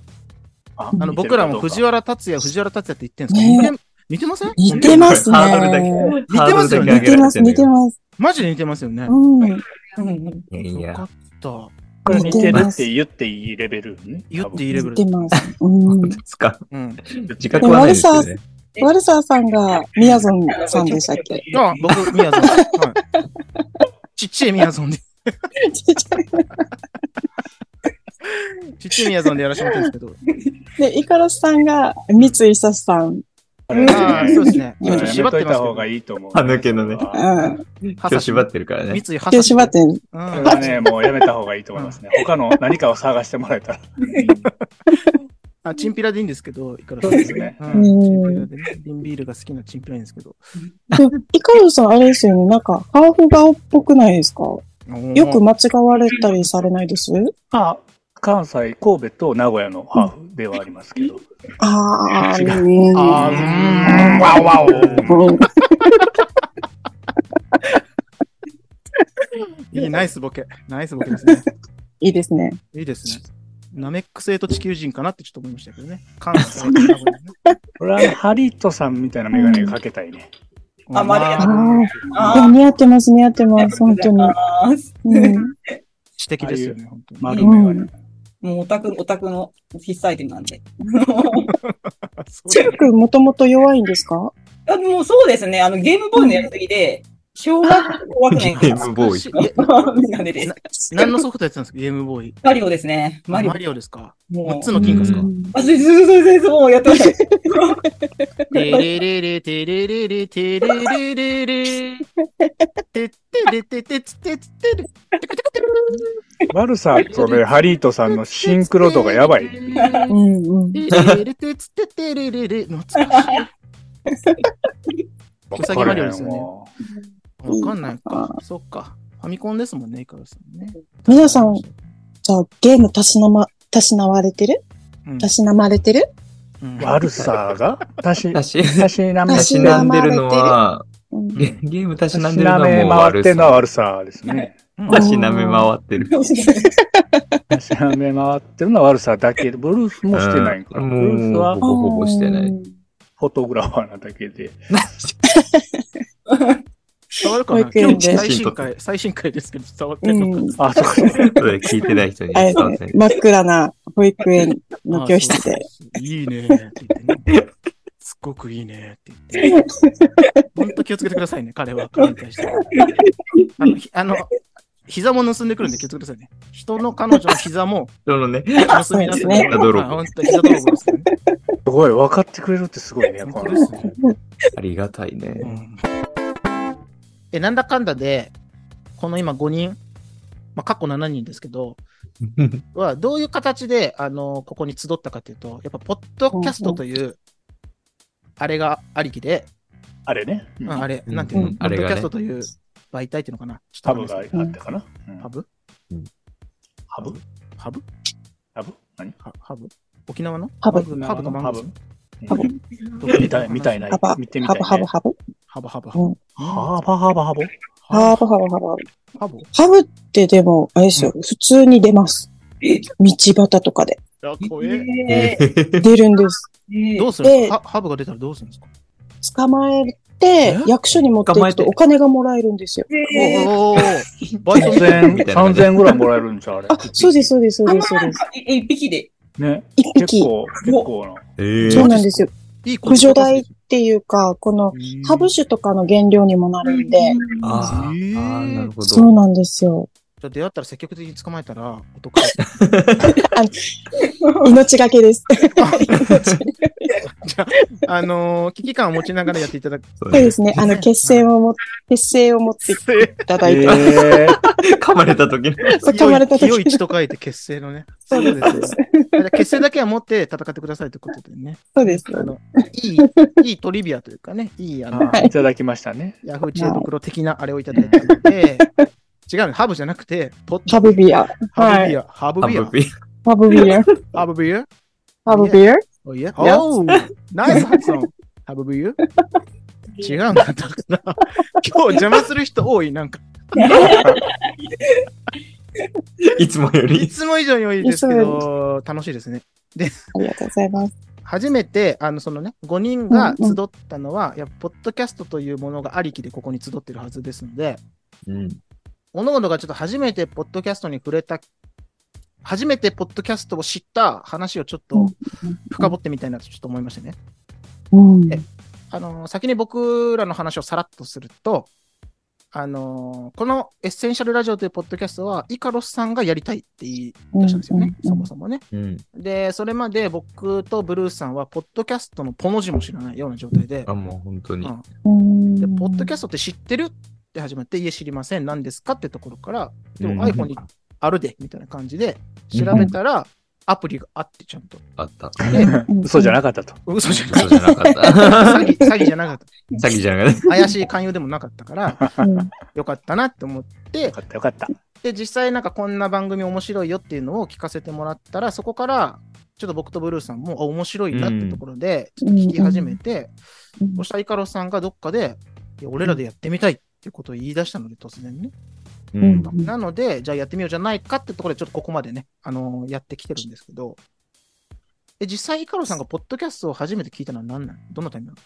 [SPEAKER 2] あ
[SPEAKER 1] あの、僕らも藤
[SPEAKER 2] 原。
[SPEAKER 1] 原達也、藤原達也って言ってるんですけど、似てません
[SPEAKER 4] 似てますね。
[SPEAKER 3] ハードルだけ
[SPEAKER 1] 似てますよね
[SPEAKER 4] 似てます、似てます。
[SPEAKER 1] マジで似てますよね。
[SPEAKER 4] うん。
[SPEAKER 8] うん
[SPEAKER 3] す。
[SPEAKER 1] よ
[SPEAKER 3] い
[SPEAKER 1] か
[SPEAKER 3] や、
[SPEAKER 1] った。
[SPEAKER 2] これ似てるって言っていいレベルね。
[SPEAKER 1] 言って
[SPEAKER 2] い
[SPEAKER 1] いいレベル
[SPEAKER 4] 似て。ます。うん
[SPEAKER 1] *laughs*
[SPEAKER 3] 本当。ですか。
[SPEAKER 1] うん。
[SPEAKER 3] 自覚はないですよね。
[SPEAKER 4] ワルサーさんがみやぞんさんでしたっけ *laughs*
[SPEAKER 1] あ、僕、みやぞん。はい。ちっちゃいみやぞんで。
[SPEAKER 4] ちっちゃい
[SPEAKER 1] ちっちゃいみやぞんでやらせてもらってるんです
[SPEAKER 4] で、イカロスさんが三井久志さん。
[SPEAKER 1] けど。ああ、そうですね。ち
[SPEAKER 2] ち
[SPEAKER 1] ょ
[SPEAKER 2] ょ
[SPEAKER 1] っ
[SPEAKER 2] っ
[SPEAKER 1] と
[SPEAKER 2] と
[SPEAKER 1] 縛
[SPEAKER 2] 縛
[SPEAKER 1] っ
[SPEAKER 2] ってて
[SPEAKER 1] ま
[SPEAKER 2] ますす
[SPEAKER 1] け
[SPEAKER 2] け
[SPEAKER 1] ど
[SPEAKER 2] ど。。いいと思う。
[SPEAKER 3] 歯抜けのね
[SPEAKER 4] うん。
[SPEAKER 3] 今日縛ってるからね。
[SPEAKER 1] 三井は
[SPEAKER 4] 今日縛って、
[SPEAKER 1] う
[SPEAKER 2] これ
[SPEAKER 1] ん
[SPEAKER 2] はね、もうやめた方がいいと思いますね。他の何かを探してもらえたら。
[SPEAKER 1] あ、チンピラでいいんですけど、いくら
[SPEAKER 2] そうですね
[SPEAKER 1] うんチンピ
[SPEAKER 4] う
[SPEAKER 1] ラ
[SPEAKER 4] ん。
[SPEAKER 1] でね瓶ビールが好きなチンピラいいんですけど。
[SPEAKER 4] イカロスさんあれですよね。なんか、ハーフ顔っぽくないですかよく
[SPEAKER 1] も
[SPEAKER 4] 間違われたりされないです
[SPEAKER 2] まあ、関西、神戸と名古屋のハーフではありますけど。
[SPEAKER 4] ああ、う
[SPEAKER 1] う。ああ、う
[SPEAKER 4] ー
[SPEAKER 1] ー
[SPEAKER 4] ん。
[SPEAKER 1] ん、わおわお。いい、ナイスボケ。ナイスボケですね。
[SPEAKER 4] いいですね。
[SPEAKER 1] いいですね。ナメック星と地球人かなってちょっと思いましたけどね。関西の名残でね。
[SPEAKER 2] これはあのハリートさんみたいなメガネかけたいね。
[SPEAKER 8] あまり
[SPEAKER 1] あ
[SPEAKER 4] あ
[SPEAKER 1] ー
[SPEAKER 4] あ。いや、似合ってます、似合ってます、本当に。
[SPEAKER 8] あー
[SPEAKER 1] *laughs*
[SPEAKER 4] うん。
[SPEAKER 1] 知的ですよね、本当に。
[SPEAKER 2] 丸メガネ。
[SPEAKER 8] *laughs* もうオタク、オタクの必須アイテムなんで。
[SPEAKER 1] そう
[SPEAKER 4] チ
[SPEAKER 1] だ
[SPEAKER 4] ュ
[SPEAKER 1] ね
[SPEAKER 4] ー君、もともと弱いんですか
[SPEAKER 8] あもうそうですね。あの、ゲームボーイのやりすぎで、小学校学年か
[SPEAKER 3] ゲームボーイ。
[SPEAKER 1] え
[SPEAKER 8] ら、メガネで
[SPEAKER 1] な。何のソフトやってたんですかゲームボーイ。
[SPEAKER 8] マリオですね。マリオ
[SPEAKER 1] マ。リオですか
[SPEAKER 8] もう
[SPEAKER 1] ?6 つの金貨ですか
[SPEAKER 4] うん
[SPEAKER 8] あ、そうそうそうそうそう、もうやってました。
[SPEAKER 1] テレレレテレレレテレレレレテッテレテテツテツテレ
[SPEAKER 2] ワルサーとね、ハリートさんのシンクロ度がやばい。
[SPEAKER 4] う
[SPEAKER 1] テ
[SPEAKER 4] んうん。
[SPEAKER 1] レレテツテテレレレ懐かしうさぎマリオですよね
[SPEAKER 2] もう
[SPEAKER 1] い。わかんないか。そっか。ファミコンですもんね、イカロスさんね。
[SPEAKER 4] 皆さん、じゃあゲームたしなま、たしなわれてる
[SPEAKER 1] うん
[SPEAKER 4] たしなまれてる
[SPEAKER 1] うん
[SPEAKER 2] ワルサーがたし、
[SPEAKER 3] たし、
[SPEAKER 2] たしなめ、
[SPEAKER 3] た
[SPEAKER 2] た
[SPEAKER 3] し
[SPEAKER 2] し
[SPEAKER 3] なんでるのは、
[SPEAKER 4] うん
[SPEAKER 3] ゲゲームたしなんでるの
[SPEAKER 2] な
[SPEAKER 3] は
[SPEAKER 2] め
[SPEAKER 3] もう
[SPEAKER 2] 回
[SPEAKER 3] 悪
[SPEAKER 2] ってんのは
[SPEAKER 3] さ。
[SPEAKER 2] ワルサーですね。
[SPEAKER 3] たしなめ回ってる。
[SPEAKER 2] たしなめ回ってるのはワルサーだけで、ブルースもしてないんか
[SPEAKER 3] う
[SPEAKER 2] ら。
[SPEAKER 3] ん
[SPEAKER 2] ブルースは
[SPEAKER 3] もほぼほぼしてない
[SPEAKER 4] うん
[SPEAKER 2] フォトグラファーなだけで。
[SPEAKER 1] 伝わるかな
[SPEAKER 4] 保育園で
[SPEAKER 1] 最新回、最新回ですけど伝わって
[SPEAKER 4] う
[SPEAKER 1] るのか
[SPEAKER 4] ん。
[SPEAKER 2] あ、そうか。
[SPEAKER 3] それ聞いてない人に
[SPEAKER 4] あ
[SPEAKER 3] 伝
[SPEAKER 4] れで
[SPEAKER 3] わっ
[SPEAKER 4] す
[SPEAKER 3] て
[SPEAKER 4] ね
[SPEAKER 3] ない。
[SPEAKER 4] 真っ暗な保育園の教室で。
[SPEAKER 1] あ。そうそうそういいねって言ってね。すっごくいいねって言って。本当気をつけてくださいね、彼は。彼に対してはあの、ひあの膝も盗んでくるんで気をつけてくださいね。人の彼女の膝も
[SPEAKER 3] そのね、
[SPEAKER 1] 盗み出すんで。
[SPEAKER 3] 膝泥棒
[SPEAKER 1] あ本当膝泥棒ですよね。
[SPEAKER 2] すごい、分かってくれるってすごいね、こ
[SPEAKER 1] 本当
[SPEAKER 2] の
[SPEAKER 1] ですね。
[SPEAKER 3] ありがたいね
[SPEAKER 1] う。んえ、なんだかんだで、この今5人、まあ、過去7人ですけ *laughs* ど、はどういう形で、あのここに集ったかというと、やっぱ、ポッドキャストという、あれがありきで、
[SPEAKER 2] あれね。
[SPEAKER 1] うん
[SPEAKER 2] あ
[SPEAKER 1] あ
[SPEAKER 2] れ。
[SPEAKER 1] れ、なんていうの、
[SPEAKER 4] うん
[SPEAKER 1] ポッドキャスト
[SPEAKER 3] あ
[SPEAKER 1] という媒体っていうのかな。ちょ
[SPEAKER 2] ハ
[SPEAKER 1] っと
[SPEAKER 2] ブ
[SPEAKER 1] わかん
[SPEAKER 2] があ
[SPEAKER 1] ない
[SPEAKER 2] っ
[SPEAKER 1] です
[SPEAKER 2] たかな。うん
[SPEAKER 1] ハブ
[SPEAKER 2] ハブ
[SPEAKER 1] ハブ
[SPEAKER 2] ハブ何
[SPEAKER 1] ハハブ沖縄の
[SPEAKER 4] ハブ
[SPEAKER 1] ハブとマン
[SPEAKER 2] ハ
[SPEAKER 1] ゴ
[SPEAKER 2] ブ
[SPEAKER 1] ー。
[SPEAKER 4] ハブ
[SPEAKER 2] みたい、みたいな。
[SPEAKER 4] ハバ
[SPEAKER 2] 見てみた
[SPEAKER 4] ハ
[SPEAKER 2] い、
[SPEAKER 4] ブ
[SPEAKER 2] ね。
[SPEAKER 4] ハブハブ
[SPEAKER 1] ハブハブハ
[SPEAKER 4] う
[SPEAKER 1] ブ
[SPEAKER 4] ん。
[SPEAKER 1] ハ
[SPEAKER 2] ハーバハーバハボ
[SPEAKER 4] ハブハブハブ。
[SPEAKER 1] ブハブ
[SPEAKER 4] ハブってでも、あれですよ、普通に出ます。
[SPEAKER 8] え
[SPEAKER 4] 道端とかで。
[SPEAKER 1] あ怖え
[SPEAKER 8] え
[SPEAKER 4] 出るんです。
[SPEAKER 8] ー
[SPEAKER 1] どうするんです
[SPEAKER 4] で
[SPEAKER 1] かハハブが出たらどうするんですか
[SPEAKER 4] 捕まえて、役所に持ってい
[SPEAKER 3] 捕まえ
[SPEAKER 4] く
[SPEAKER 3] て
[SPEAKER 4] とお金がもらえるんですよ。
[SPEAKER 8] えー
[SPEAKER 1] おーバイトみたい
[SPEAKER 2] 3000
[SPEAKER 3] みたいな感じ
[SPEAKER 2] 3000ぐらいもらえるんじゃうあれ
[SPEAKER 4] あ。、そうです、そうです、そうです、そうです。
[SPEAKER 8] い一匹で。
[SPEAKER 2] ね。
[SPEAKER 4] 一
[SPEAKER 2] 結
[SPEAKER 4] 匹。
[SPEAKER 2] 構、結構な。
[SPEAKER 3] えー
[SPEAKER 4] そうなんですよ。
[SPEAKER 1] いい子
[SPEAKER 4] 駆除代っていうか、この
[SPEAKER 1] うん
[SPEAKER 4] ハブ酒とかの原料にもなるんで、
[SPEAKER 3] あーあー、なるほ
[SPEAKER 4] そう
[SPEAKER 3] ど。
[SPEAKER 4] なんですよ。
[SPEAKER 1] じゃあ出会ったら積極的に捕まえたらお得だ
[SPEAKER 4] 命がけです。 *laughs* 命
[SPEAKER 1] じゃあ、あのー危機感を持ちながらやっていただく。
[SPEAKER 3] そう
[SPEAKER 4] そうですね。あの、結成をも、結成を持っていただいて、
[SPEAKER 2] えー
[SPEAKER 3] 噛まれた時の。
[SPEAKER 4] そう噛まれた
[SPEAKER 1] *laughs*
[SPEAKER 4] 時
[SPEAKER 1] 清い血と書いて結成のね。
[SPEAKER 4] そうです
[SPEAKER 1] そうです。じゃあ結成だけは持って戦ってくださいということでね。
[SPEAKER 4] そうです。
[SPEAKER 1] あの、いい、いいトリビアというかね、いい、あの、
[SPEAKER 2] あいただきましたね。
[SPEAKER 1] ヤフー知恵袋的なあれをいただいたので、違うの、ハブじゃなくて、ポッ
[SPEAKER 4] ハブビア。
[SPEAKER 1] ハブビア、ハブ
[SPEAKER 3] ハ
[SPEAKER 1] ビア
[SPEAKER 3] ブ、ビ
[SPEAKER 4] ハブビア。
[SPEAKER 1] ハブビア、
[SPEAKER 4] ハブビア。
[SPEAKER 1] おいえ、おーナイス発音、ハブビア違うんだ、だから、今日邪魔する人多い、なんか、
[SPEAKER 3] いつもよ
[SPEAKER 1] い
[SPEAKER 3] り。
[SPEAKER 1] つも以上に多いですけど、楽しいですね。
[SPEAKER 4] ありがとうございます。
[SPEAKER 1] 初めて、あの、そのね、5人が集ったのは、やっぱ、ポッドキャストというものがありきでここに集ってるはずですので、
[SPEAKER 3] うん。
[SPEAKER 1] おのがちょっと初めてポッドキャストに触れた、初めてポッドキャストを知った話をちょっ
[SPEAKER 4] うん
[SPEAKER 1] と深掘ってみたいなとちょっと思いましてね。
[SPEAKER 4] うん。
[SPEAKER 1] あのー、先に僕らの話をさらっとすると、あのー、このエッセンシャルラジオというポッドキャストは、イカロスさんがやりたいって言い出したんですよね、
[SPEAKER 4] うんうんうん
[SPEAKER 1] そもそもね。
[SPEAKER 3] うん。
[SPEAKER 1] で、それまで僕とブルースさんは、ポッドキャストのポの字も知らないような状態で、
[SPEAKER 3] あ、もう本当に。
[SPEAKER 1] うん
[SPEAKER 4] うん
[SPEAKER 1] で、ポッドキャストって知ってるって始まって、家知りません、何ですかってところから、でも
[SPEAKER 3] うん
[SPEAKER 1] iPhone にあるで、みたいな感じで、調べたら、アプリがあって、ちゃんと。
[SPEAKER 3] あった。
[SPEAKER 1] で、
[SPEAKER 4] うん
[SPEAKER 2] 嘘じゃなかったと。
[SPEAKER 1] 嘘じゃない。
[SPEAKER 3] そうじゃなかった。
[SPEAKER 1] 詐欺、詐欺じゃなかった。
[SPEAKER 3] 詐欺じゃなかった。
[SPEAKER 1] 怪しい勧誘でもなかったから、
[SPEAKER 4] うん
[SPEAKER 1] よかったなって思って
[SPEAKER 2] よ、かったよかった。
[SPEAKER 1] で、実際なんかこんな番組面白いよっていうのを聞かせてもらったら、そこから、ちょっと僕とブルースさんも、あ、面白いなってところで、ちょっと聞き始めて、
[SPEAKER 4] うん
[SPEAKER 1] そしたらイカロスさんがどっかで、いや俺らでやってみたいっていうことを言い出したので、突然ね。
[SPEAKER 3] う
[SPEAKER 4] うん
[SPEAKER 3] ん。
[SPEAKER 1] なので、じゃあやってみようじゃないかってところで、ちょっとここまでね、あのーやってきてるんですけど、え実際、イカロさんがポッドキャストを初めて聞いたのは何なのどのタイミング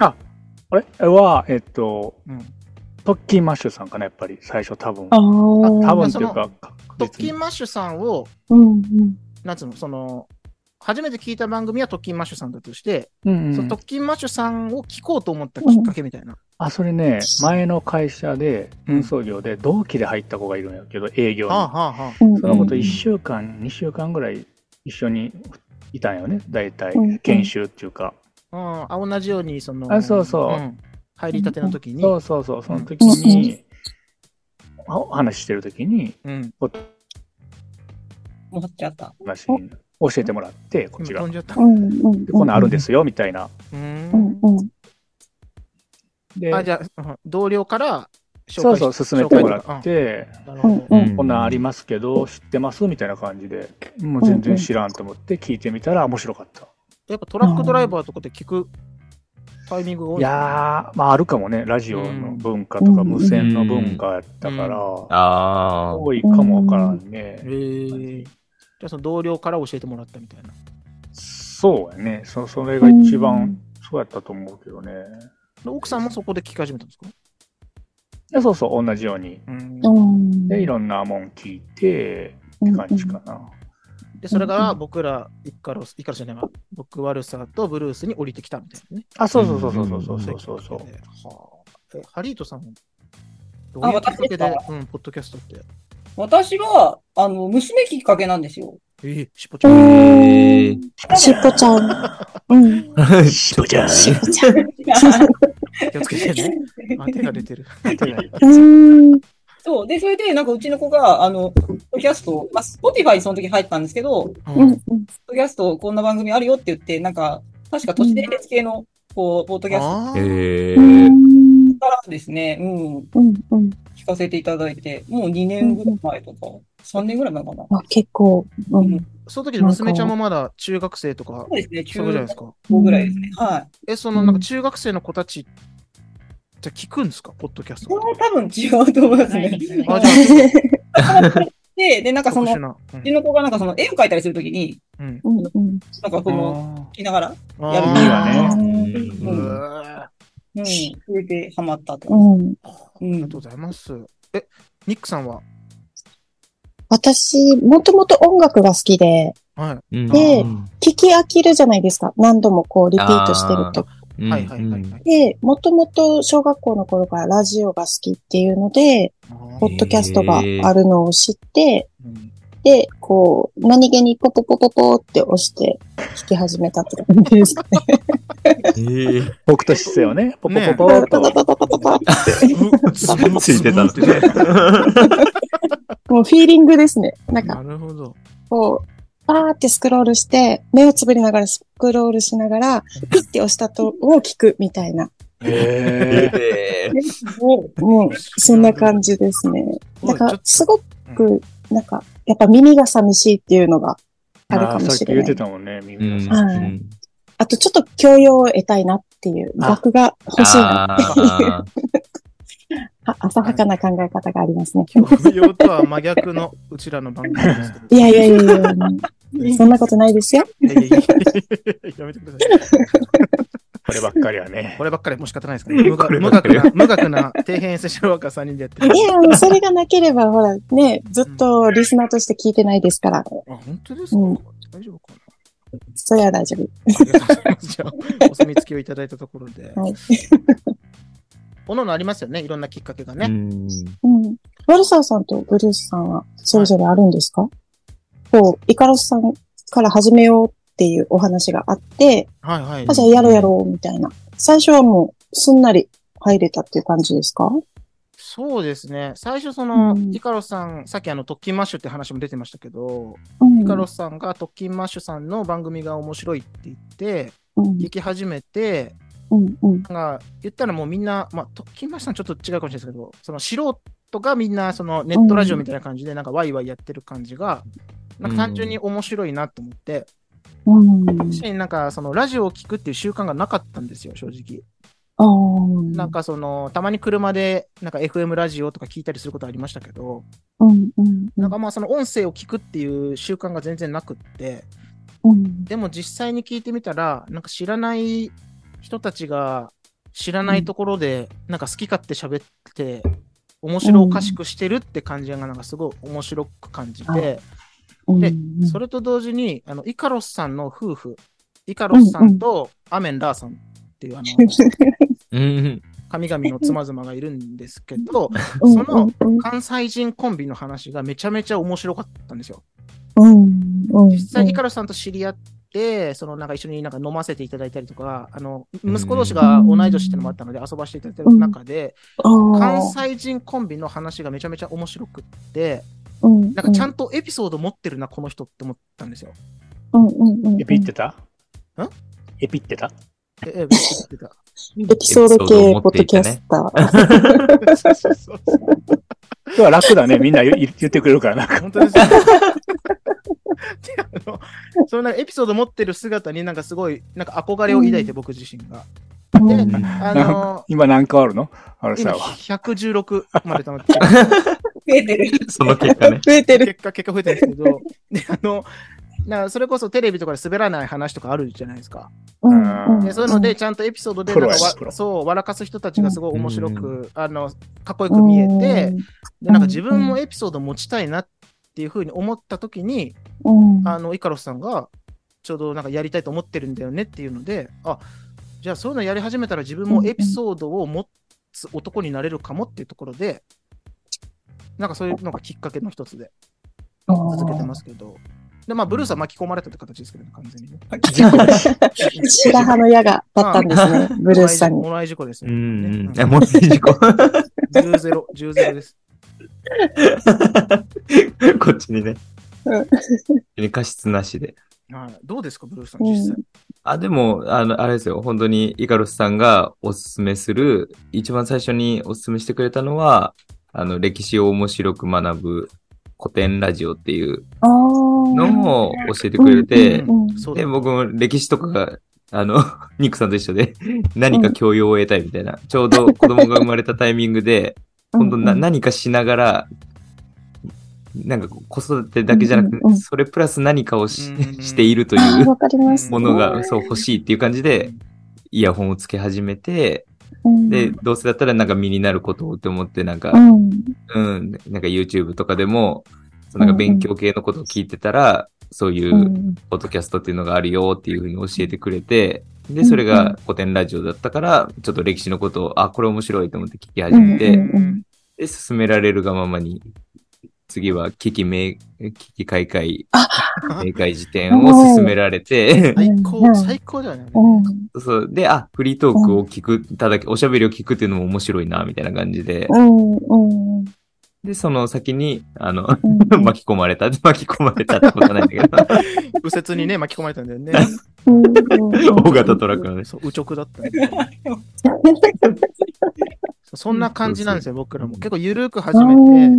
[SPEAKER 2] あれは、えっと、
[SPEAKER 1] なの、うん、
[SPEAKER 2] トッキーマッシュさんかな、やっぱり最初多分。
[SPEAKER 4] ああ。
[SPEAKER 2] 多
[SPEAKER 1] い
[SPEAKER 2] 分
[SPEAKER 1] や
[SPEAKER 2] と
[SPEAKER 1] そ
[SPEAKER 2] い
[SPEAKER 1] の
[SPEAKER 2] うか、
[SPEAKER 1] トッキンマッシュさんを、
[SPEAKER 4] うんうん。
[SPEAKER 1] なんつうの、その、初めて聞いた番組はトッキンマッシュさんだとして、
[SPEAKER 2] うん
[SPEAKER 1] そのトッキンマッシュさんを聞こうと思ったきっかけみたいな。
[SPEAKER 2] あ、それね、前の会社で、
[SPEAKER 1] うん
[SPEAKER 2] 運送業で同期で入った子がいるんやけど、営業に。
[SPEAKER 1] はあはあはあ。
[SPEAKER 4] うん
[SPEAKER 2] その子と
[SPEAKER 4] うん
[SPEAKER 2] 1週間、2週間ぐらい一緒にいたんよね、大体
[SPEAKER 4] うんうん。
[SPEAKER 2] 研修っていうか。
[SPEAKER 1] うん、あ同じように、その、
[SPEAKER 2] あそうそうん
[SPEAKER 1] 入りたての時に、
[SPEAKER 2] そうそうそう、その時に、あお話ししてる時に、
[SPEAKER 1] うん、
[SPEAKER 8] 戻っちゃった。
[SPEAKER 2] 話に教えてもらって、こっち
[SPEAKER 1] 今
[SPEAKER 2] が
[SPEAKER 1] 飛ん。じゃった。
[SPEAKER 4] うんうん。
[SPEAKER 2] でこんなんあるんですよ、みたいな。
[SPEAKER 1] う
[SPEAKER 4] うんん。うん。
[SPEAKER 2] で、
[SPEAKER 1] あ、じゃあ、うん同僚から紹
[SPEAKER 2] そ
[SPEAKER 1] 介
[SPEAKER 2] う
[SPEAKER 1] し
[SPEAKER 2] そう、勧めてもらって、
[SPEAKER 1] うんなるほど。
[SPEAKER 4] うん
[SPEAKER 2] こんなんありますけど、知ってますみたいな感じで、もう全然知らんと思って聞いてみたら面白かった。
[SPEAKER 1] やっぱトラックドライバーとかで聞くタイミングが多い
[SPEAKER 2] いやー、まああるかもね、ラジオの文化と
[SPEAKER 4] う
[SPEAKER 2] か
[SPEAKER 4] ん
[SPEAKER 2] 無線の文化やったから、
[SPEAKER 3] あ
[SPEAKER 2] 多いかもわからんね。
[SPEAKER 1] ー。じゃあその同僚から教えてもらったみたいな。
[SPEAKER 2] そうやねそ、それが一番そうやったと思うけどね。
[SPEAKER 1] で奥さんもそこで聞き始めたんですか
[SPEAKER 2] いやそうそう、同じように。
[SPEAKER 1] うん
[SPEAKER 4] うん。
[SPEAKER 2] で、いろんなもん聞いて、
[SPEAKER 4] う
[SPEAKER 2] っ
[SPEAKER 4] ん
[SPEAKER 2] て感じかな。
[SPEAKER 1] で、それから僕ら、イカロス、イカロスじゃないわ、僕、悪さとブルースに降りてきたみたいなね。
[SPEAKER 2] あ、そうそうそうそうそうそうそうそう
[SPEAKER 1] はあえハリートさんも、どう
[SPEAKER 8] あ
[SPEAKER 1] いうきっかけで
[SPEAKER 8] 私で、
[SPEAKER 1] うん、ポッドキャストって。
[SPEAKER 8] 私は、あの、娘きっかけなんです *laughs* よ。
[SPEAKER 1] えー、しっぽち
[SPEAKER 4] う
[SPEAKER 1] ゃん。
[SPEAKER 3] へー
[SPEAKER 4] ん。しっぽちゃん。うん。
[SPEAKER 3] あ。しぼちゃん。
[SPEAKER 4] しっぽちゃん。
[SPEAKER 1] 気をつけて
[SPEAKER 2] *laughs*
[SPEAKER 1] ね。あ、手が出てる。
[SPEAKER 4] うん。
[SPEAKER 8] そう。で、それで、なんかうちの子が、あの、ポッドキャスト、まあ、スポティファイその時入ったんですけど、ポ
[SPEAKER 1] う
[SPEAKER 8] ッ
[SPEAKER 4] うんん。うん。
[SPEAKER 8] ドキャスト、こんな番組あるよって言って、なんか、確か都市伝説系の、こう、ポッドキャス
[SPEAKER 1] あー
[SPEAKER 3] *laughs* え
[SPEAKER 4] う
[SPEAKER 3] ー。
[SPEAKER 4] ん
[SPEAKER 8] トからですね、うん、
[SPEAKER 4] うんうん。
[SPEAKER 8] 聞かせていただいて、もう2年ぐらい前とか、3年ぐらい前かな。
[SPEAKER 4] あ、結構。う
[SPEAKER 8] うん
[SPEAKER 4] ん。
[SPEAKER 1] その時娘ちゃんもまだ中学生とか
[SPEAKER 8] そう、ですね、中
[SPEAKER 1] そうじゃないですか。
[SPEAKER 8] 高ぐらいですね。はい。
[SPEAKER 1] え、そのなんか中学生の子たちって聞くんですか、ポッドキャスト
[SPEAKER 8] これ
[SPEAKER 1] っ
[SPEAKER 8] は
[SPEAKER 1] て。
[SPEAKER 8] 多分違うと思いますね。
[SPEAKER 1] あ、じゃ
[SPEAKER 8] で、で、なん
[SPEAKER 1] あ、
[SPEAKER 8] かそ
[SPEAKER 1] 特
[SPEAKER 8] の、
[SPEAKER 1] 殊
[SPEAKER 8] う
[SPEAKER 1] な。う
[SPEAKER 8] ち
[SPEAKER 1] ん
[SPEAKER 8] の子がなんかその絵を描いたりするときに、
[SPEAKER 1] うん。
[SPEAKER 4] うんうん。
[SPEAKER 8] なんかこの、
[SPEAKER 2] あ
[SPEAKER 8] 聞きながら、
[SPEAKER 1] あー
[SPEAKER 8] やる
[SPEAKER 2] ーいいわね。
[SPEAKER 3] うん
[SPEAKER 1] う
[SPEAKER 8] うん
[SPEAKER 1] わーあ
[SPEAKER 8] うん、それでハマったと。
[SPEAKER 4] うん。
[SPEAKER 8] う
[SPEAKER 1] り
[SPEAKER 8] ん
[SPEAKER 1] がとうございます。え、ニックさんは
[SPEAKER 4] 私、もともと音楽が好きで、
[SPEAKER 1] はい。
[SPEAKER 3] うん
[SPEAKER 4] で聞き飽きるじゃないですか。何度もこう、リピートしてると。
[SPEAKER 3] うん
[SPEAKER 1] はいはいはい
[SPEAKER 3] うん
[SPEAKER 1] はい。
[SPEAKER 4] で、もともと小学校の頃からラジオが好きっていうので、ポッドキャストがあるのを知って、
[SPEAKER 1] うん
[SPEAKER 4] で、こう、何気にポポポポポって押して聞き始めたって感じですかね。
[SPEAKER 3] ええ
[SPEAKER 2] 僕と姿勢をね、ポポポポ
[SPEAKER 4] パ
[SPEAKER 2] ーっ
[SPEAKER 4] パ
[SPEAKER 2] と。
[SPEAKER 4] パ *laughs* パパパパパ。
[SPEAKER 3] *laughs* ついてたんですね。
[SPEAKER 4] もうフィーリングですね。なんか
[SPEAKER 1] な、るほど。
[SPEAKER 4] こう、パーってスクロールして、目をつぶりながらスクロールしながら、ピッて押したとを聞くみたいな。
[SPEAKER 2] へー
[SPEAKER 3] ええ
[SPEAKER 4] もう、そんな感じですね。なん
[SPEAKER 1] ちょ
[SPEAKER 4] か
[SPEAKER 1] っ、と
[SPEAKER 4] すごく、なんか、やっぱ耳が寂しいっていうのがある
[SPEAKER 2] あ
[SPEAKER 4] か
[SPEAKER 2] ー
[SPEAKER 4] も
[SPEAKER 2] さっ
[SPEAKER 4] し
[SPEAKER 2] き
[SPEAKER 4] れ
[SPEAKER 2] 言っ
[SPEAKER 4] な
[SPEAKER 2] て
[SPEAKER 4] い。
[SPEAKER 2] たもんね、み
[SPEAKER 3] うん
[SPEAKER 2] な。
[SPEAKER 4] はい
[SPEAKER 3] ん
[SPEAKER 4] あと、ちょっと教養を得たいなっていう、
[SPEAKER 2] あ
[SPEAKER 4] 僕が欲しいな。
[SPEAKER 3] あー
[SPEAKER 4] あ浅はかな考え方がありますね。
[SPEAKER 1] 教養とは真逆のうちらの番組です
[SPEAKER 8] *laughs*
[SPEAKER 1] けど。
[SPEAKER 4] いやいやいやいや、そんなことないですよ。
[SPEAKER 1] いやいやいややめてください。
[SPEAKER 2] こればっかりはね。
[SPEAKER 1] こればっかりはもう仕方ないですから、ね、無
[SPEAKER 3] *laughs* これ
[SPEAKER 1] 学
[SPEAKER 3] ば
[SPEAKER 1] 無
[SPEAKER 3] っか
[SPEAKER 1] 学
[SPEAKER 3] りは
[SPEAKER 1] な、無学な底辺 SC ワーカー3人でやってる
[SPEAKER 4] い。や、あのそれがなければ、ほら、ね、ずっとリスナーとして聞いてないですから、
[SPEAKER 1] あ、本当ですか、
[SPEAKER 4] うん
[SPEAKER 1] 大丈夫かな
[SPEAKER 4] それは大丈夫。
[SPEAKER 1] ありがとうござい *laughs* ます。じゃあ、お墨付きをいただいたところで。
[SPEAKER 4] はい。
[SPEAKER 1] おののありますよね、いろんなきっかけが
[SPEAKER 3] う
[SPEAKER 1] ね。
[SPEAKER 3] ん
[SPEAKER 4] うん。ワルサーさんとブルースさんは、それぞれあるんですか、こう、イカロスさんから始めようっていうお話があって、
[SPEAKER 1] はいはい
[SPEAKER 4] あ、。じゃあやろうやろうみたいな。最初はもう、すんなり入れたっていう感じですか
[SPEAKER 1] そうですね。最初、その、
[SPEAKER 4] うん
[SPEAKER 1] イカロスさん、さっきあの、特勤マッシュって話も出てましたけど、
[SPEAKER 4] うん。
[SPEAKER 1] イカロスさんが特勤マッシュさんの番組が面白いって言って、
[SPEAKER 4] うん
[SPEAKER 1] 聞き始めて、
[SPEAKER 4] うんうん。
[SPEAKER 1] なんか言ったらもうみんな、まあ、と金町さんちょっと違うかもしれないですけど、その素人がみんなそのネットラジオみたいな感じで、なんかワイワイやってる感じが、なんか単純に面白いなと思って、
[SPEAKER 4] うん。
[SPEAKER 1] 私なんかそのラジオを聞くっていう習慣がなかったんですよ、正直。
[SPEAKER 4] あー
[SPEAKER 1] なんかその、たまに車でなんか FM ラジオとか聞いたりすることありましたけど、
[SPEAKER 4] うんうんう
[SPEAKER 1] なん
[SPEAKER 4] ん。
[SPEAKER 1] かまあその音声を聞くっていう習慣が全然なくって、
[SPEAKER 4] うん
[SPEAKER 1] でも実際に聞いてみたら、なんか知らない人たちが知らないところで、なんか好き勝手喋って、面白おかしくしてるって感じが、なんかすごい面白く感じて、
[SPEAKER 4] うん
[SPEAKER 1] で
[SPEAKER 4] *laughs*
[SPEAKER 1] それと同時に、あの、イカロスさんの夫婦、イカロスさんとアメン・ラーさんっていう、あの、
[SPEAKER 3] うん。
[SPEAKER 1] 神々の妻々がいるんですけど、
[SPEAKER 4] うん
[SPEAKER 1] その
[SPEAKER 4] うん
[SPEAKER 1] 関西人コンビの話がめちゃめちゃ面白かったんですよ。
[SPEAKER 4] うんうん、
[SPEAKER 1] 実際、イカロスさんと知り合って、そのなんか一緒になんか飲ませていただいたりとか、あの
[SPEAKER 3] うん
[SPEAKER 1] 息子同士が同い年ってのもあったので遊ばせていただいてる中で、関西人コンビの話がめちゃめちゃ面白くって、
[SPEAKER 4] な
[SPEAKER 1] なんかちゃんとエピソード持ってるな、この人って思ったんですよ。
[SPEAKER 4] と
[SPEAKER 2] エピって
[SPEAKER 1] ん
[SPEAKER 2] たエピってた
[SPEAKER 1] え、え、僕知ってた
[SPEAKER 4] エピソード系ポッドキャスター。
[SPEAKER 1] そうそうそう
[SPEAKER 2] 今日は楽だね。みんな言言言ってくれるから、なんか。
[SPEAKER 1] 本当ですよ。であのそのなんかエピソード持ってる姿になんかすごいなんか憧れを抱いて僕自身が。
[SPEAKER 4] *laughs* う
[SPEAKER 1] で
[SPEAKER 4] ん、
[SPEAKER 1] あ
[SPEAKER 2] *laughs*
[SPEAKER 1] の
[SPEAKER 2] 今何個あるのあれ
[SPEAKER 1] 今
[SPEAKER 2] さ、
[SPEAKER 1] 116まで溜まって
[SPEAKER 8] 増えてる。
[SPEAKER 3] その結果ね。
[SPEAKER 4] 増えてる。
[SPEAKER 1] 結果、結果増えてるんですけど、で、あの、だからそれこそテレビとかで滑らない話とかあるじゃないですか。
[SPEAKER 4] うん
[SPEAKER 1] でそういうので、ちゃんとエピソードで
[SPEAKER 2] プロ
[SPEAKER 1] なん
[SPEAKER 2] や
[SPEAKER 1] かわ
[SPEAKER 2] プロ
[SPEAKER 1] そう、笑かす人たちがすごい面白く、
[SPEAKER 3] う
[SPEAKER 1] あの、かっこよく見えて、、で、なんか自分もエピソード持ちたいなっていうふうに思った時に、
[SPEAKER 4] うん
[SPEAKER 1] あの、イカロスさんが、ちょうどなんかやりたいと思ってるんだよねっていうので、あ、じゃあそういうのやり始めたら自分もエピソードを持つ男になれるかもっていうところで、なんかそういうのがきっかけの一つで。続けてますけど。で、まあ、ブルースは巻き込まれたって形ですけどね、完全にね。
[SPEAKER 4] 白羽の矢が立ったんですね、ブルースさんに。
[SPEAKER 1] もらい事故です
[SPEAKER 3] う
[SPEAKER 1] ね。
[SPEAKER 3] んうん。
[SPEAKER 1] ね
[SPEAKER 3] え、もういい事故。
[SPEAKER 1] 10ゼロ、10ゼロです。
[SPEAKER 3] こっちにね
[SPEAKER 4] うん。
[SPEAKER 3] 過失なしで。
[SPEAKER 1] はい。どうですか、ブルースさん、実際。
[SPEAKER 3] あ、でも、あの、あれですよ。本当に、イカロスさんがおすすめする、一番最初におすすめしてくれたのは、あの、歴史を面白く学ぶ古典ラジオっていう
[SPEAKER 4] あ
[SPEAKER 3] のを教えてくれて、
[SPEAKER 1] そう
[SPEAKER 3] で、
[SPEAKER 1] だ。
[SPEAKER 3] 僕も歴史とかが、あの、 *laughs* ニックさんと一緒で、何か教養を得たいみたいな、ちょうど子供が生まれたタイミングで、今度な、何かしながら、なんかこう子育てだけじゃなく
[SPEAKER 4] うんうんう
[SPEAKER 3] て、
[SPEAKER 4] ん
[SPEAKER 3] それプラス何かをし
[SPEAKER 1] うんうんうん
[SPEAKER 3] しているとい
[SPEAKER 4] あ
[SPEAKER 3] う
[SPEAKER 4] わかります。
[SPEAKER 3] ものが、そう欲しいっていう感じで、イヤホンをつけ始めて、で、どうせだったらなんか身になることをって思って、なんか、うん、なんか YouTube とかでも、そのなんか勉強系のことを聞いてたら、そういうう、
[SPEAKER 4] ん。
[SPEAKER 3] ポッドキャストっていうのがあるよっていうふうに教えてくれて、で、それが古典ラジオだったから、ちょっと歴史のことを、あ、これ面白いと思って聞き始め
[SPEAKER 4] うん
[SPEAKER 3] て、
[SPEAKER 4] うんうん
[SPEAKER 3] で、進められるがままに、次は、危機名、危機開会、明快辞典
[SPEAKER 4] *laughs*
[SPEAKER 3] を進められて、 *laughs*
[SPEAKER 1] 最高、
[SPEAKER 4] うん
[SPEAKER 1] 最高だよね。
[SPEAKER 4] うん。
[SPEAKER 3] そう、で、あ、フリートークを聞く、ただけ、おしゃべりを聞くっていうのも面白いな、みたいな感じで、
[SPEAKER 4] うん。うん。うん
[SPEAKER 3] で、その先に、あの、 *laughs* 巻き込まれた、 *laughs* 巻き込まれたってことはないんだけ
[SPEAKER 4] *laughs*
[SPEAKER 3] ど、
[SPEAKER 1] 右折にね、巻き込まれたんだよね。
[SPEAKER 4] うんうん
[SPEAKER 3] 大型トラックのね。
[SPEAKER 1] そう、右直だったんで。そうそんな感じなんですよ、僕らも。結構ゆるく始めて、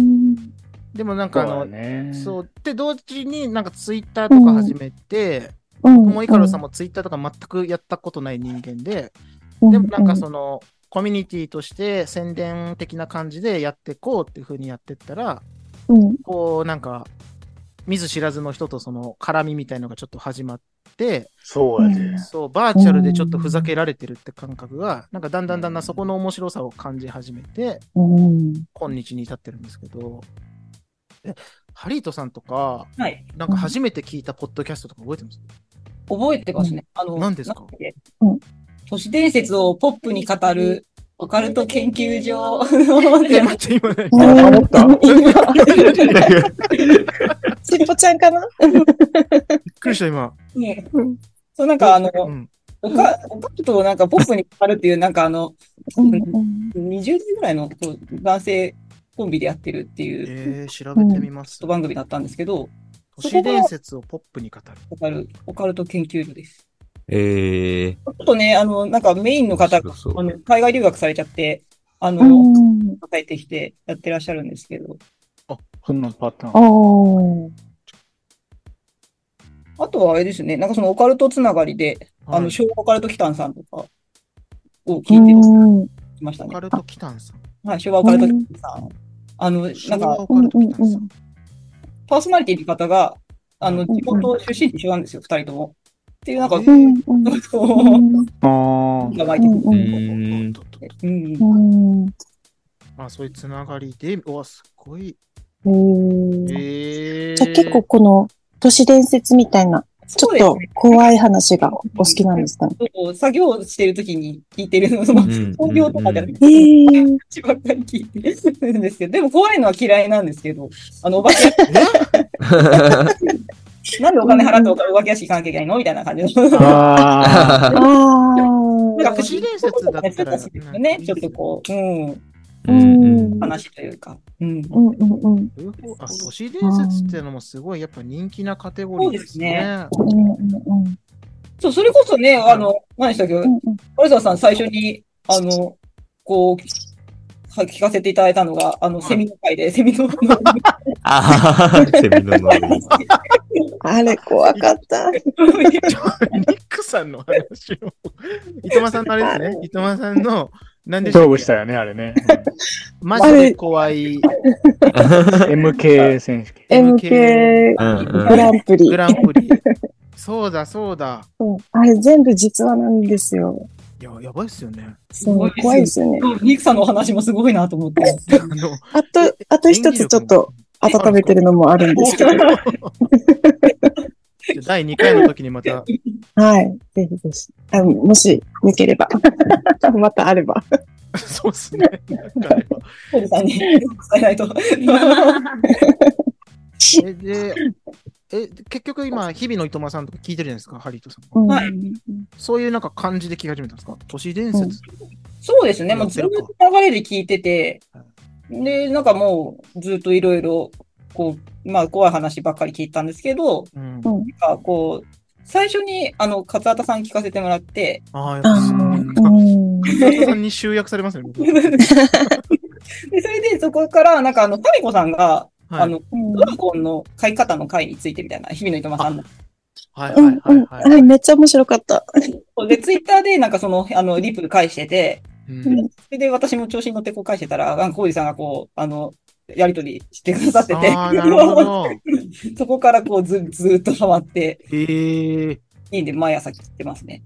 [SPEAKER 1] でもなんかあの、
[SPEAKER 2] ね
[SPEAKER 1] そう、で、同時になんかツイッターとか始めて、
[SPEAKER 4] うん
[SPEAKER 1] もうイカロさんもツイッターとか全くやったことない人間で、
[SPEAKER 4] うん
[SPEAKER 1] でもなんかその、コミュニティとして宣伝的な感じでやっていこうっていう風にやってったら、
[SPEAKER 4] うん
[SPEAKER 1] こうなんか、見ず知らずの人とその絡みみたいのがちょっと始まって、
[SPEAKER 2] そうやで。
[SPEAKER 1] そう、バーチャルでちょっとふざけられてるって感覚が、なんかだんだんだんだんそこの面白さを感じ始めて、
[SPEAKER 4] うん
[SPEAKER 1] 今日に至ってるんですけど、え、ハリートさんとか、
[SPEAKER 8] はい。
[SPEAKER 1] なんか初めて聞いたポッドキャストとか覚えて *laughs* ます
[SPEAKER 8] 覚えてますね。あの、
[SPEAKER 1] 何ですか
[SPEAKER 8] なんだっけ
[SPEAKER 4] うん
[SPEAKER 8] 都市伝説をポップに語るオカルト研究所 *laughs*
[SPEAKER 1] え、待って、今ね。
[SPEAKER 4] うん
[SPEAKER 2] 思った
[SPEAKER 4] ちっぽちゃんかな
[SPEAKER 1] びっくりした、今。
[SPEAKER 8] ね
[SPEAKER 4] うん
[SPEAKER 8] そう、なんかあの、
[SPEAKER 1] うん。
[SPEAKER 8] オカオカルトをなんかポップに語るっていう、なんかあの、
[SPEAKER 4] うん
[SPEAKER 8] 20代ぐらいのこう男性コンビでやってるっていう
[SPEAKER 1] えー、調べてみます。
[SPEAKER 8] 番組だったんですけど、
[SPEAKER 1] 都市伝説をポップに語る。
[SPEAKER 8] オカルオカルト研究所です。
[SPEAKER 3] えー、
[SPEAKER 8] ちょっとね、あの、なんかメインの方が
[SPEAKER 3] 面白そう
[SPEAKER 8] あの海外留学されちゃって、あ
[SPEAKER 4] う
[SPEAKER 8] の、
[SPEAKER 4] ん。
[SPEAKER 8] 帰ってきてやってらっしゃるんですけど、
[SPEAKER 2] そんなパターン。
[SPEAKER 4] おー
[SPEAKER 8] あとはあれですね、なんかそのオカルトつながりで、あ
[SPEAKER 1] は
[SPEAKER 8] の、
[SPEAKER 1] い
[SPEAKER 8] 昭和オカルトキタンさんとかを
[SPEAKER 4] う
[SPEAKER 8] 聞いて
[SPEAKER 4] ん。
[SPEAKER 8] きました
[SPEAKER 1] オ
[SPEAKER 8] ね
[SPEAKER 1] カ。ルトキタンさん。
[SPEAKER 8] はい、昭和オカルトキタンさん。あの、なん
[SPEAKER 1] 昭和
[SPEAKER 8] か、
[SPEAKER 1] オカルトキタンさん。
[SPEAKER 8] パーソナリティの方が、あの、
[SPEAKER 4] んうん
[SPEAKER 8] 地元出身地一緒なんですよ、二人とも。って *laughs* いう、なんか、
[SPEAKER 1] え
[SPEAKER 8] こ
[SPEAKER 1] ー
[SPEAKER 4] うん。
[SPEAKER 8] う、
[SPEAKER 2] あ
[SPEAKER 8] が湧いてくる。
[SPEAKER 3] う
[SPEAKER 1] お
[SPEAKER 3] ー
[SPEAKER 1] っ
[SPEAKER 3] ん
[SPEAKER 1] とっとっと
[SPEAKER 8] うん。
[SPEAKER 4] うん。
[SPEAKER 1] まあ、そういうつながりで、うわ、すごい。
[SPEAKER 4] うん。
[SPEAKER 1] えー、
[SPEAKER 4] じゃあ結構この都市伝説みたいな、ちょっと怖い話がお好きなんですかね。
[SPEAKER 8] そう作業してるときに聞いてるの、その、
[SPEAKER 3] ん
[SPEAKER 8] 創業とかじゃなく
[SPEAKER 4] え
[SPEAKER 8] て、
[SPEAKER 4] ー、
[SPEAKER 8] 口ばっかり聞いてるんですけど、でも怖いのは嫌いなんですけど、あの、お化け *laughs* なんでお金払ってお化け屋敷行かなきゃいけないのみたいな感じの。
[SPEAKER 2] あ。ああ。
[SPEAKER 4] ああ
[SPEAKER 8] なんか
[SPEAKER 1] 都市伝説だったら
[SPEAKER 8] ね、ちょっとこう、うん、
[SPEAKER 3] うん
[SPEAKER 8] 話というか。うん。
[SPEAKER 4] うんうんうん。
[SPEAKER 1] 両方あ都市伝説っていうのもすごいやっぱ人気なカテゴリーですね。
[SPEAKER 4] うんうんうん。
[SPEAKER 8] そう、それこそね、あの、何でしたっけ、
[SPEAKER 4] うんうん
[SPEAKER 8] 丸沢さん最初に、あの、こう、は聞かせていただいたのが、あの、セミの会で、セミの、
[SPEAKER 3] あははセミのノリ。
[SPEAKER 4] あれ、怖かった。
[SPEAKER 1] ニックさんの話を。伊藤さんのあれですね。伊藤さんの何でし
[SPEAKER 2] 勝
[SPEAKER 1] ょう
[SPEAKER 2] 負したよね、あれね。
[SPEAKER 1] マジで怖い
[SPEAKER 2] MK 選手権。
[SPEAKER 4] MK
[SPEAKER 3] うん
[SPEAKER 4] グランプリ
[SPEAKER 1] グ。ランプ
[SPEAKER 4] *laughs*
[SPEAKER 1] リ。そうだそうだ。
[SPEAKER 4] うんあれ、全部実話なんですよ。
[SPEAKER 1] いや、やばいっすよね。 *laughs*
[SPEAKER 4] そう、怖いですよね。
[SPEAKER 8] ニクさんのお話もすごいなと思って。
[SPEAKER 1] あの、
[SPEAKER 4] あと、あと一つちょっと温めてるのもあるんですけど。
[SPEAKER 1] 第2回の時にまた、
[SPEAKER 4] *laughs*
[SPEAKER 1] *laughs*
[SPEAKER 4] はい。ぜひぜひ。あのもし、抜ければ。 *laughs* またあれば。
[SPEAKER 1] そうっすね。なんかね
[SPEAKER 8] ポルさんに伝えな
[SPEAKER 1] *laughs*
[SPEAKER 8] いと。
[SPEAKER 1] え、で、え、結局今、日々の伊藤さんとか聞いてるじゃないですか、ハリートさんも。
[SPEAKER 4] うん
[SPEAKER 8] はい
[SPEAKER 1] そういうなんか感じで聞き始めたんですか都市伝説。
[SPEAKER 8] そうですね、
[SPEAKER 1] や
[SPEAKER 8] もう
[SPEAKER 1] って
[SPEAKER 8] ず
[SPEAKER 1] る
[SPEAKER 8] っ
[SPEAKER 1] か
[SPEAKER 8] と流れで聞いてて、で、なんかもうずっといろいろ、こう、まあ怖い話ばっかり聞いたんですけど、
[SPEAKER 1] うん。
[SPEAKER 8] なんかこう、最初にあの、勝畑さん聞かせてもらって、
[SPEAKER 1] ああ、やっぱ
[SPEAKER 4] あ
[SPEAKER 1] そ
[SPEAKER 4] ー
[SPEAKER 1] うなんだ
[SPEAKER 4] うん
[SPEAKER 1] 伊藤さんに集約されますね、僕
[SPEAKER 4] *laughs*
[SPEAKER 1] は
[SPEAKER 8] で、それでそこから、なんかあの、ファミコさんが、
[SPEAKER 1] はい
[SPEAKER 8] あの、ドラゴンの買い方の回についてみたいな、日々の糸間さんの。
[SPEAKER 1] はいは
[SPEAKER 4] う
[SPEAKER 1] い
[SPEAKER 4] んうん
[SPEAKER 1] はいは。
[SPEAKER 4] はいい、めっちゃ面白かった。
[SPEAKER 8] で、ツイッターでなんかその、あの、リプ返してて、
[SPEAKER 1] うん
[SPEAKER 8] それで私も調子に乗ってこう返してたら、あの、コージさんがこう、あの、やりとりしてくださってて、
[SPEAKER 1] ああ、なるほ
[SPEAKER 4] *laughs*
[SPEAKER 1] ど。
[SPEAKER 8] *laughs* そこからこうず、ずーっとハマって、
[SPEAKER 1] へえ。
[SPEAKER 8] いいんで、毎朝聞いてますね。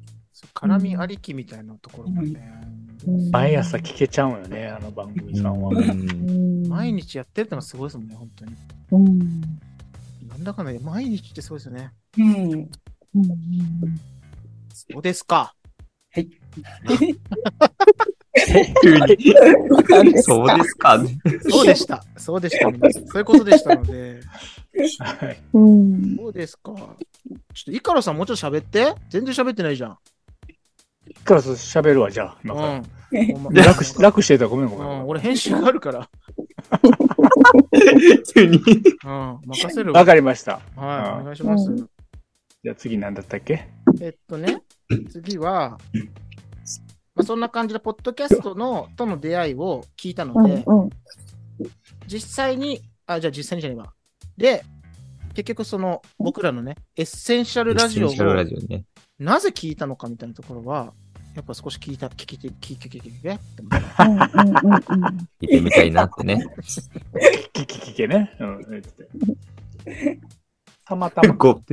[SPEAKER 1] 絡みありきみたいなところもね。
[SPEAKER 2] 毎朝聞けちゃうよね、あの番組さんは。
[SPEAKER 4] うん
[SPEAKER 1] 毎日やってるってのがすごいですもんね、本当に。
[SPEAKER 4] うん
[SPEAKER 1] 何なんだかんだで毎日ってそうですよね。 *laughs*
[SPEAKER 8] うん。
[SPEAKER 4] うん
[SPEAKER 1] そうです
[SPEAKER 4] *laughs*
[SPEAKER 1] か。
[SPEAKER 3] 急に
[SPEAKER 4] そうですか
[SPEAKER 3] そうですか。
[SPEAKER 1] そうでした。そうでした。皆さんそういうことでしたので。
[SPEAKER 2] はい。
[SPEAKER 4] うん。
[SPEAKER 1] そうですか。ちょっと、イカロさんもうちょっと喋って。全然喋ってないじゃん。
[SPEAKER 2] カラス喋るわ、じゃあ、
[SPEAKER 1] う
[SPEAKER 2] 今
[SPEAKER 1] ん
[SPEAKER 2] から。
[SPEAKER 1] ほんま。
[SPEAKER 2] 楽し、楽してたらごめんご
[SPEAKER 1] う
[SPEAKER 2] めん
[SPEAKER 1] ん、俺編集があるから。
[SPEAKER 3] 急に。
[SPEAKER 1] うん、任せる
[SPEAKER 2] わ
[SPEAKER 1] わ。
[SPEAKER 2] かりました。
[SPEAKER 1] はい、
[SPEAKER 2] う
[SPEAKER 1] お
[SPEAKER 2] ん
[SPEAKER 1] 願いします。
[SPEAKER 4] うん
[SPEAKER 2] じゃあ次なんだったっけ
[SPEAKER 1] えっとね、次は、まあ、そんな感じで、ポッドキャストのとの出会いを聞いた
[SPEAKER 4] う
[SPEAKER 1] の
[SPEAKER 4] ん
[SPEAKER 1] で、
[SPEAKER 4] うん。
[SPEAKER 1] 実際に、あ、じゃあ実際にじゃないわ。で、結局その、僕らのね、エッセンシャルラジオを
[SPEAKER 3] エッセンシャルラジオね。
[SPEAKER 1] なぜ聞いたのかみたいなところは、やっぱ少し聞いた、聞きて、聞いて、聞いて、聞いてって思った
[SPEAKER 4] うんうんうんう
[SPEAKER 3] 聞
[SPEAKER 4] ん。
[SPEAKER 3] いてみたいなってね。
[SPEAKER 2] 聞き聞けね。うん。言っててたまたま。
[SPEAKER 3] こう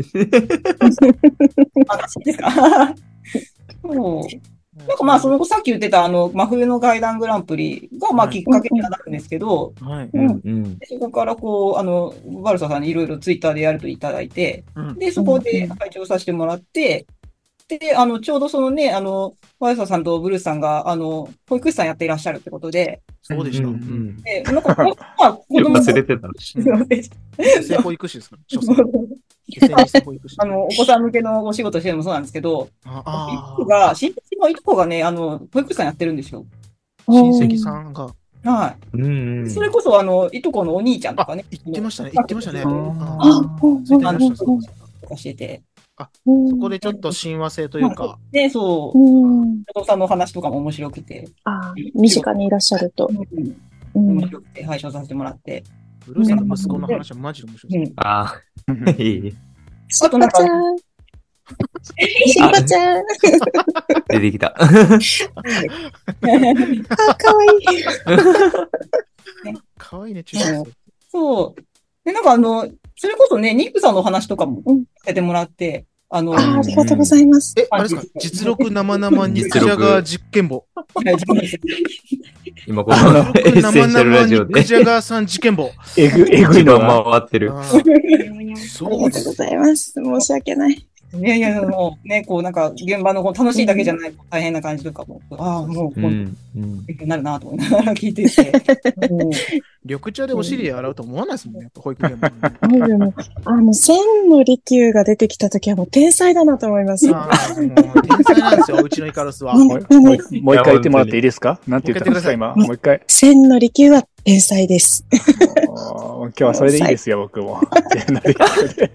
[SPEAKER 8] あ、そうですか。 *laughs* そう。なんかまあ、そのさっき言ってた、あの、真冬の外談グランプリが、まあ、
[SPEAKER 1] はい
[SPEAKER 8] きっかけにはなるんですけど、
[SPEAKER 1] はい。
[SPEAKER 3] うんうん。
[SPEAKER 8] そこからこう、あの、バルサさんにいろいろツイッターでやるといただいて
[SPEAKER 1] うん、
[SPEAKER 8] で、そこで
[SPEAKER 4] うん
[SPEAKER 8] 拝聴させてもらって、で、あの、ちょうどそのね、あの、バルサさんとブルースさんが、あの、保育士さんやっていらっしゃるってことで、
[SPEAKER 1] そうでした。う
[SPEAKER 3] うん
[SPEAKER 1] ん。
[SPEAKER 8] で、なんか、
[SPEAKER 1] *laughs*
[SPEAKER 8] まあ、子供の、
[SPEAKER 3] 忘れてたの。
[SPEAKER 8] すいません
[SPEAKER 1] 性保育士ですから、所詮。所詮性保育士。
[SPEAKER 8] あの、お子さん向けのお仕事してるのもそうなんですけど、
[SPEAKER 1] あ
[SPEAKER 8] い
[SPEAKER 1] あ
[SPEAKER 8] とこが、新人のいとこがね、あの、保育士さんやってるんですよ。
[SPEAKER 1] *laughs* 親戚さんが
[SPEAKER 8] は
[SPEAKER 3] うんうん
[SPEAKER 8] い。それこそ、あの、いとこのお兄ちゃんとかね、
[SPEAKER 1] 言ってましたね、言ってましたね。
[SPEAKER 2] うん
[SPEAKER 1] あ
[SPEAKER 4] あうん
[SPEAKER 1] ーそう言ってましたそう言ってました
[SPEAKER 8] とかしてて、
[SPEAKER 4] うん。
[SPEAKER 1] そこでちょっと親和性というか、
[SPEAKER 8] で、そうう、
[SPEAKER 4] ん。
[SPEAKER 8] お父さんのお話とかも面白くて、
[SPEAKER 4] ああ、身近にいらっしゃると。うん
[SPEAKER 8] 面。白くて拝聴させてもらって。
[SPEAKER 1] ブルーさんの息子の話はマジで面白いで
[SPEAKER 8] う
[SPEAKER 1] す。
[SPEAKER 8] ん。 *laughs*
[SPEAKER 3] ああ、いい
[SPEAKER 4] しっぱちゃん。しっぱちゃん。
[SPEAKER 3] 出てきた。
[SPEAKER 4] あ、かわいい。
[SPEAKER 1] かわいいね、中学生。
[SPEAKER 8] そう。で、なんかあの、それこそね、ニックさんのお話とかも
[SPEAKER 4] うん
[SPEAKER 8] させてもらって、あの、
[SPEAKER 4] ああ、ありがとうございます。
[SPEAKER 1] え、あれですか、実力生々にクジャガー実験簿。
[SPEAKER 3] 今このエ
[SPEAKER 1] 実
[SPEAKER 3] ッセ
[SPEAKER 1] 力
[SPEAKER 3] ンシャ
[SPEAKER 1] 生
[SPEAKER 3] ルラジ
[SPEAKER 1] 々
[SPEAKER 3] オ
[SPEAKER 1] にク
[SPEAKER 3] で
[SPEAKER 1] ジャガーさん事件簿。
[SPEAKER 2] えぐ、えぐい
[SPEAKER 3] 一
[SPEAKER 2] の
[SPEAKER 3] 番
[SPEAKER 2] が。
[SPEAKER 3] 回ってる。
[SPEAKER 1] あー
[SPEAKER 4] あ
[SPEAKER 1] そ
[SPEAKER 4] り
[SPEAKER 1] う
[SPEAKER 4] が
[SPEAKER 1] です
[SPEAKER 4] とうご。ざいます。申し訳ない。
[SPEAKER 8] いやいや、もうね、こうなんか現場のこう楽しいだけじゃない、大変な感じとかも、ああ、もう
[SPEAKER 3] う
[SPEAKER 8] こう、
[SPEAKER 3] ん。うん
[SPEAKER 8] 勉強になるなと思いながら聞いてて。うん
[SPEAKER 1] 緑茶でお尻洗うと思わないですもんね、やっぱ保育園も。
[SPEAKER 4] もうでもあの、千の利休が出てきたときはもう天才だなと思います。
[SPEAKER 1] あーもう天才なんですよ、うちのイカロスは。
[SPEAKER 4] うん
[SPEAKER 2] もうもうもう一回言ってもらっていいですかなんて言ったんですか
[SPEAKER 1] も
[SPEAKER 2] 今。
[SPEAKER 4] う一
[SPEAKER 2] もう一回。
[SPEAKER 4] 千の利休は天才です。
[SPEAKER 2] あー今日はそれでいいですよ、僕も。千利休で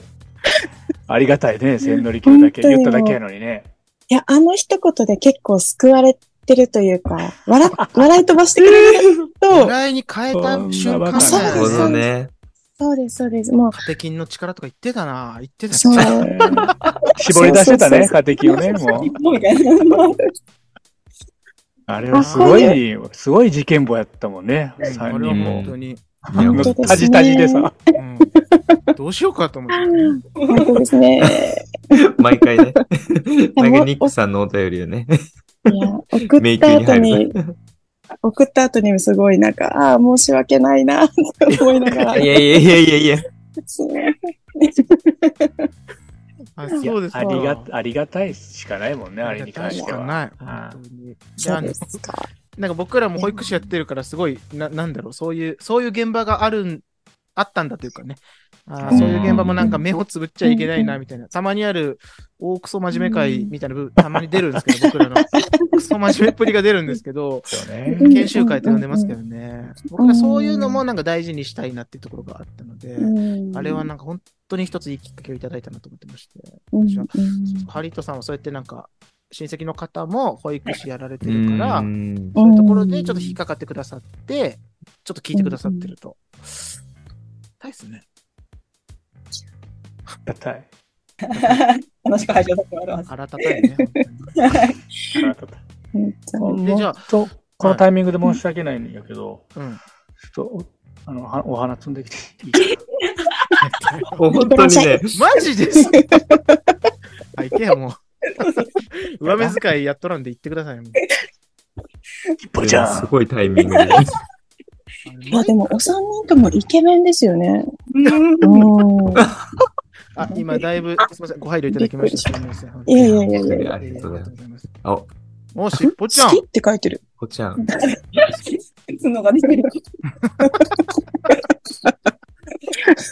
[SPEAKER 2] ありがたいね、千利休だけ。
[SPEAKER 4] 本当よ
[SPEAKER 2] 言っただけやのにね。
[SPEAKER 4] いや、あの一言で結構救われてるというか、笑っ、笑い飛ばしてくれる *laughs* と、
[SPEAKER 1] 狙いに変えた瞬間
[SPEAKER 2] そ
[SPEAKER 1] だ
[SPEAKER 3] なる
[SPEAKER 1] よ
[SPEAKER 3] ほ
[SPEAKER 4] う
[SPEAKER 3] ど
[SPEAKER 1] ね。
[SPEAKER 3] ね。
[SPEAKER 4] そうです、そうです。もう、
[SPEAKER 1] カテキンの力とか言ってたな、言ってた。
[SPEAKER 4] *laughs* そう。
[SPEAKER 2] 絞り出してた
[SPEAKER 4] そうそう
[SPEAKER 2] ね、
[SPEAKER 4] そ
[SPEAKER 2] 家庭をね、もう。
[SPEAKER 8] みたいな。
[SPEAKER 2] あれはすご
[SPEAKER 4] あ
[SPEAKER 2] い、すごい事件簿やったもんね、
[SPEAKER 1] あれ
[SPEAKER 2] 3
[SPEAKER 1] は
[SPEAKER 2] 人も。
[SPEAKER 1] 本当に。
[SPEAKER 3] いや
[SPEAKER 4] 本当ですね
[SPEAKER 2] タジタジでさ。
[SPEAKER 1] うんどうしようかと思って。
[SPEAKER 4] 本当ですね。
[SPEAKER 3] 毎回ね。毎回ニックさんのお便りをね。
[SPEAKER 4] いや、送
[SPEAKER 3] 迷
[SPEAKER 4] った
[SPEAKER 3] 宮に
[SPEAKER 4] 後
[SPEAKER 3] 入
[SPEAKER 4] に
[SPEAKER 3] る、
[SPEAKER 4] 送った後にもすごいなんか、ああ、申し訳ないな、って思いながら
[SPEAKER 3] いや。いやいやいやいや。
[SPEAKER 4] すみません
[SPEAKER 1] あ
[SPEAKER 2] いや
[SPEAKER 1] そうですか
[SPEAKER 2] ありが、ありがたいしかないもんね、あれに関しては。
[SPEAKER 1] ない。
[SPEAKER 2] は
[SPEAKER 1] 本
[SPEAKER 2] い
[SPEAKER 1] 当に。じゃ
[SPEAKER 4] そ
[SPEAKER 1] あ
[SPEAKER 4] う
[SPEAKER 1] ね
[SPEAKER 4] ですか。
[SPEAKER 1] なんか僕らも保育士やってるから、すごい、ななんだろう、そういう、そういう現場があるん、あったんだというかね。あーそういう現場もなんか目をつぶっちゃいけないな、みたいな。たまにある、大クソ真面目会みたいな部分、たまに出るんですけど、僕らの。クソ真面目っぷりが出るんですけど、
[SPEAKER 2] そう *laughs* ね
[SPEAKER 4] うん
[SPEAKER 1] 研修会って呼んでますけどね。僕らそういうのもなんか大事にしたいなっていうところがあったので、
[SPEAKER 4] うん
[SPEAKER 1] あれはなんか本当に一ついいきっかけをいただいたなと思ってまして。
[SPEAKER 4] うん
[SPEAKER 1] じゃあ
[SPEAKER 4] うん
[SPEAKER 1] ハリットさんはそうやってなんか、親戚の方も保育士やられてるから、
[SPEAKER 3] うん
[SPEAKER 1] そういうところでちょっと引っかかってくださって、ちょっと聞いてくださってると。大いっすね。
[SPEAKER 2] ありがたい。
[SPEAKER 8] 楽しく拝聴させてもらいます。
[SPEAKER 1] 腹立たいね。本
[SPEAKER 2] ありがたい
[SPEAKER 4] うん
[SPEAKER 1] でじゃあ
[SPEAKER 2] そうこのタイミングで申し訳ないんやけど、
[SPEAKER 1] 当にうん。
[SPEAKER 2] ちょっと、あの、はお花摘んできていい
[SPEAKER 3] 本当にね。
[SPEAKER 1] マジです。あ、行けよ、も *laughs* う。上目遣いやっとらんで行ってくださいよ。もう
[SPEAKER 2] 一歩じゃ
[SPEAKER 3] す
[SPEAKER 2] ん。
[SPEAKER 3] ごいタイミングで。
[SPEAKER 4] いや、でも、お三人ともイケメンですよね。う
[SPEAKER 8] うん
[SPEAKER 4] ん。
[SPEAKER 1] あ、今だいぶ、すみません、ご配慮いただきました。すみません
[SPEAKER 4] いやいやいやいや
[SPEAKER 3] いやありがとうござい
[SPEAKER 1] ます。
[SPEAKER 3] あ、
[SPEAKER 1] お、しっぽちゃん
[SPEAKER 4] 好。きって書いてる。
[SPEAKER 3] こっちゃん。
[SPEAKER 8] つのが出てる。
[SPEAKER 1] し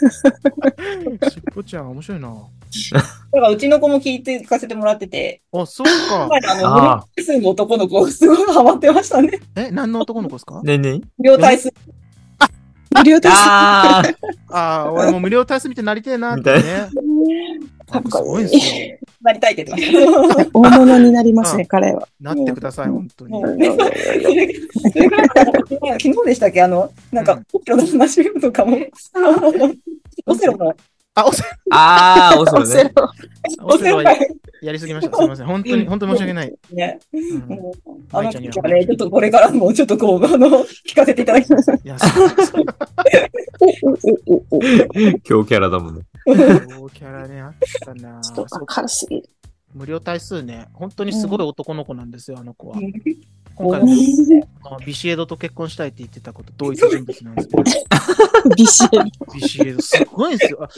[SPEAKER 1] っぽちゃん、面白いな。
[SPEAKER 8] だからうちの子も聞いて聞かせてもらってて、
[SPEAKER 1] あ、そうか
[SPEAKER 8] 今。あの、ブルー
[SPEAKER 3] あ
[SPEAKER 8] 対数の男の子、すごいハマってましたね。
[SPEAKER 1] え、何の男の子ですか
[SPEAKER 3] あ。ねえねえ。
[SPEAKER 8] 両対数。
[SPEAKER 4] 無料です。
[SPEAKER 3] ああ
[SPEAKER 1] ああ、俺も無料体操見てなりてえなってね。
[SPEAKER 4] かっ
[SPEAKER 1] す
[SPEAKER 4] こ
[SPEAKER 1] ごい
[SPEAKER 4] い
[SPEAKER 1] で
[SPEAKER 4] い。
[SPEAKER 1] すよ。
[SPEAKER 8] なりたいって言ってました。
[SPEAKER 4] 大物になりますね、彼は。
[SPEAKER 1] なってください、本当に。
[SPEAKER 4] うん
[SPEAKER 8] *laughs* それから昨日でしたっけあの、なん
[SPEAKER 1] う
[SPEAKER 8] か
[SPEAKER 1] ん、
[SPEAKER 8] オセロの話と *laughs* かも。オセロも、
[SPEAKER 1] あ、オセ
[SPEAKER 3] ああー、オ
[SPEAKER 4] オ
[SPEAKER 3] セロ
[SPEAKER 4] セ
[SPEAKER 3] ね。
[SPEAKER 4] ロ。
[SPEAKER 1] ロ、
[SPEAKER 8] オ
[SPEAKER 1] オ
[SPEAKER 8] セ
[SPEAKER 1] セロは
[SPEAKER 8] ロが
[SPEAKER 1] ややりすぎました。すみません。本当に、本当に申し訳ない。
[SPEAKER 8] ね、
[SPEAKER 1] うん
[SPEAKER 8] もうあの時はね、ちょっとこれからも、ちょっとこう、あの、聞かせていただき *laughs* ます。
[SPEAKER 1] いや、そうそう。
[SPEAKER 4] おおおおお。ち
[SPEAKER 3] 強キャラだもんね。
[SPEAKER 1] そうキャラね、あったな。
[SPEAKER 4] ょっと明るすぎる。
[SPEAKER 1] 無料対数ね、本当にすごい男の子なんですよ、あの子は。
[SPEAKER 8] うん
[SPEAKER 1] 今回もあのビシエドと結婚したいって言ってたこと、同一人物なんですけど、
[SPEAKER 4] ビシエリ。
[SPEAKER 1] ビシエド、すごいんですよ。あ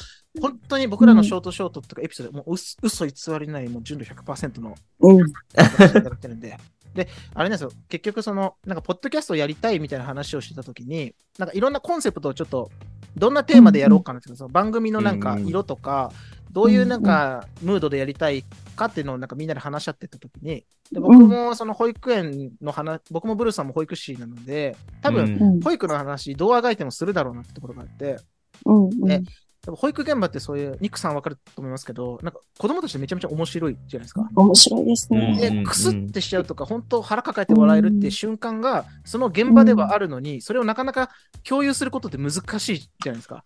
[SPEAKER 1] 本当に僕らのショートショートとかエピソード、もう嘘嘘偽りない、もう純度100%の
[SPEAKER 4] うん。
[SPEAKER 1] 話になってるんで。で、あれなんですよ、結局、その、なんか、ポッドキャストをやりたいみたいな話をしてたときに、なんか、いろんなコンセプトをちょっと、どんなテーマでやろうかなって、その番組のなんか、
[SPEAKER 3] うん
[SPEAKER 1] 色とか、どういうなんか、ムードでやりたいかっていうのを、なんか、みんなで話し合ってたときに、で僕も、その、保育園の話、僕もブルーさんも保育士なので、多分、
[SPEAKER 3] うん
[SPEAKER 4] うん。
[SPEAKER 1] 保育の話、どうあがいてもするだろうなってところがあって、
[SPEAKER 4] うん。
[SPEAKER 1] ね多分保育現場ってそういう、ニックさんわかると思いますけど、なんか子供としてめちゃめちゃ面白いじゃないですか。
[SPEAKER 4] 面白いです
[SPEAKER 3] うん
[SPEAKER 4] ね。
[SPEAKER 1] で、クスってしちゃうとか、本当腹抱えて笑えるっていう瞬間が、その現場ではあるのに、それをなかなか共有することって難しいじゃないですか。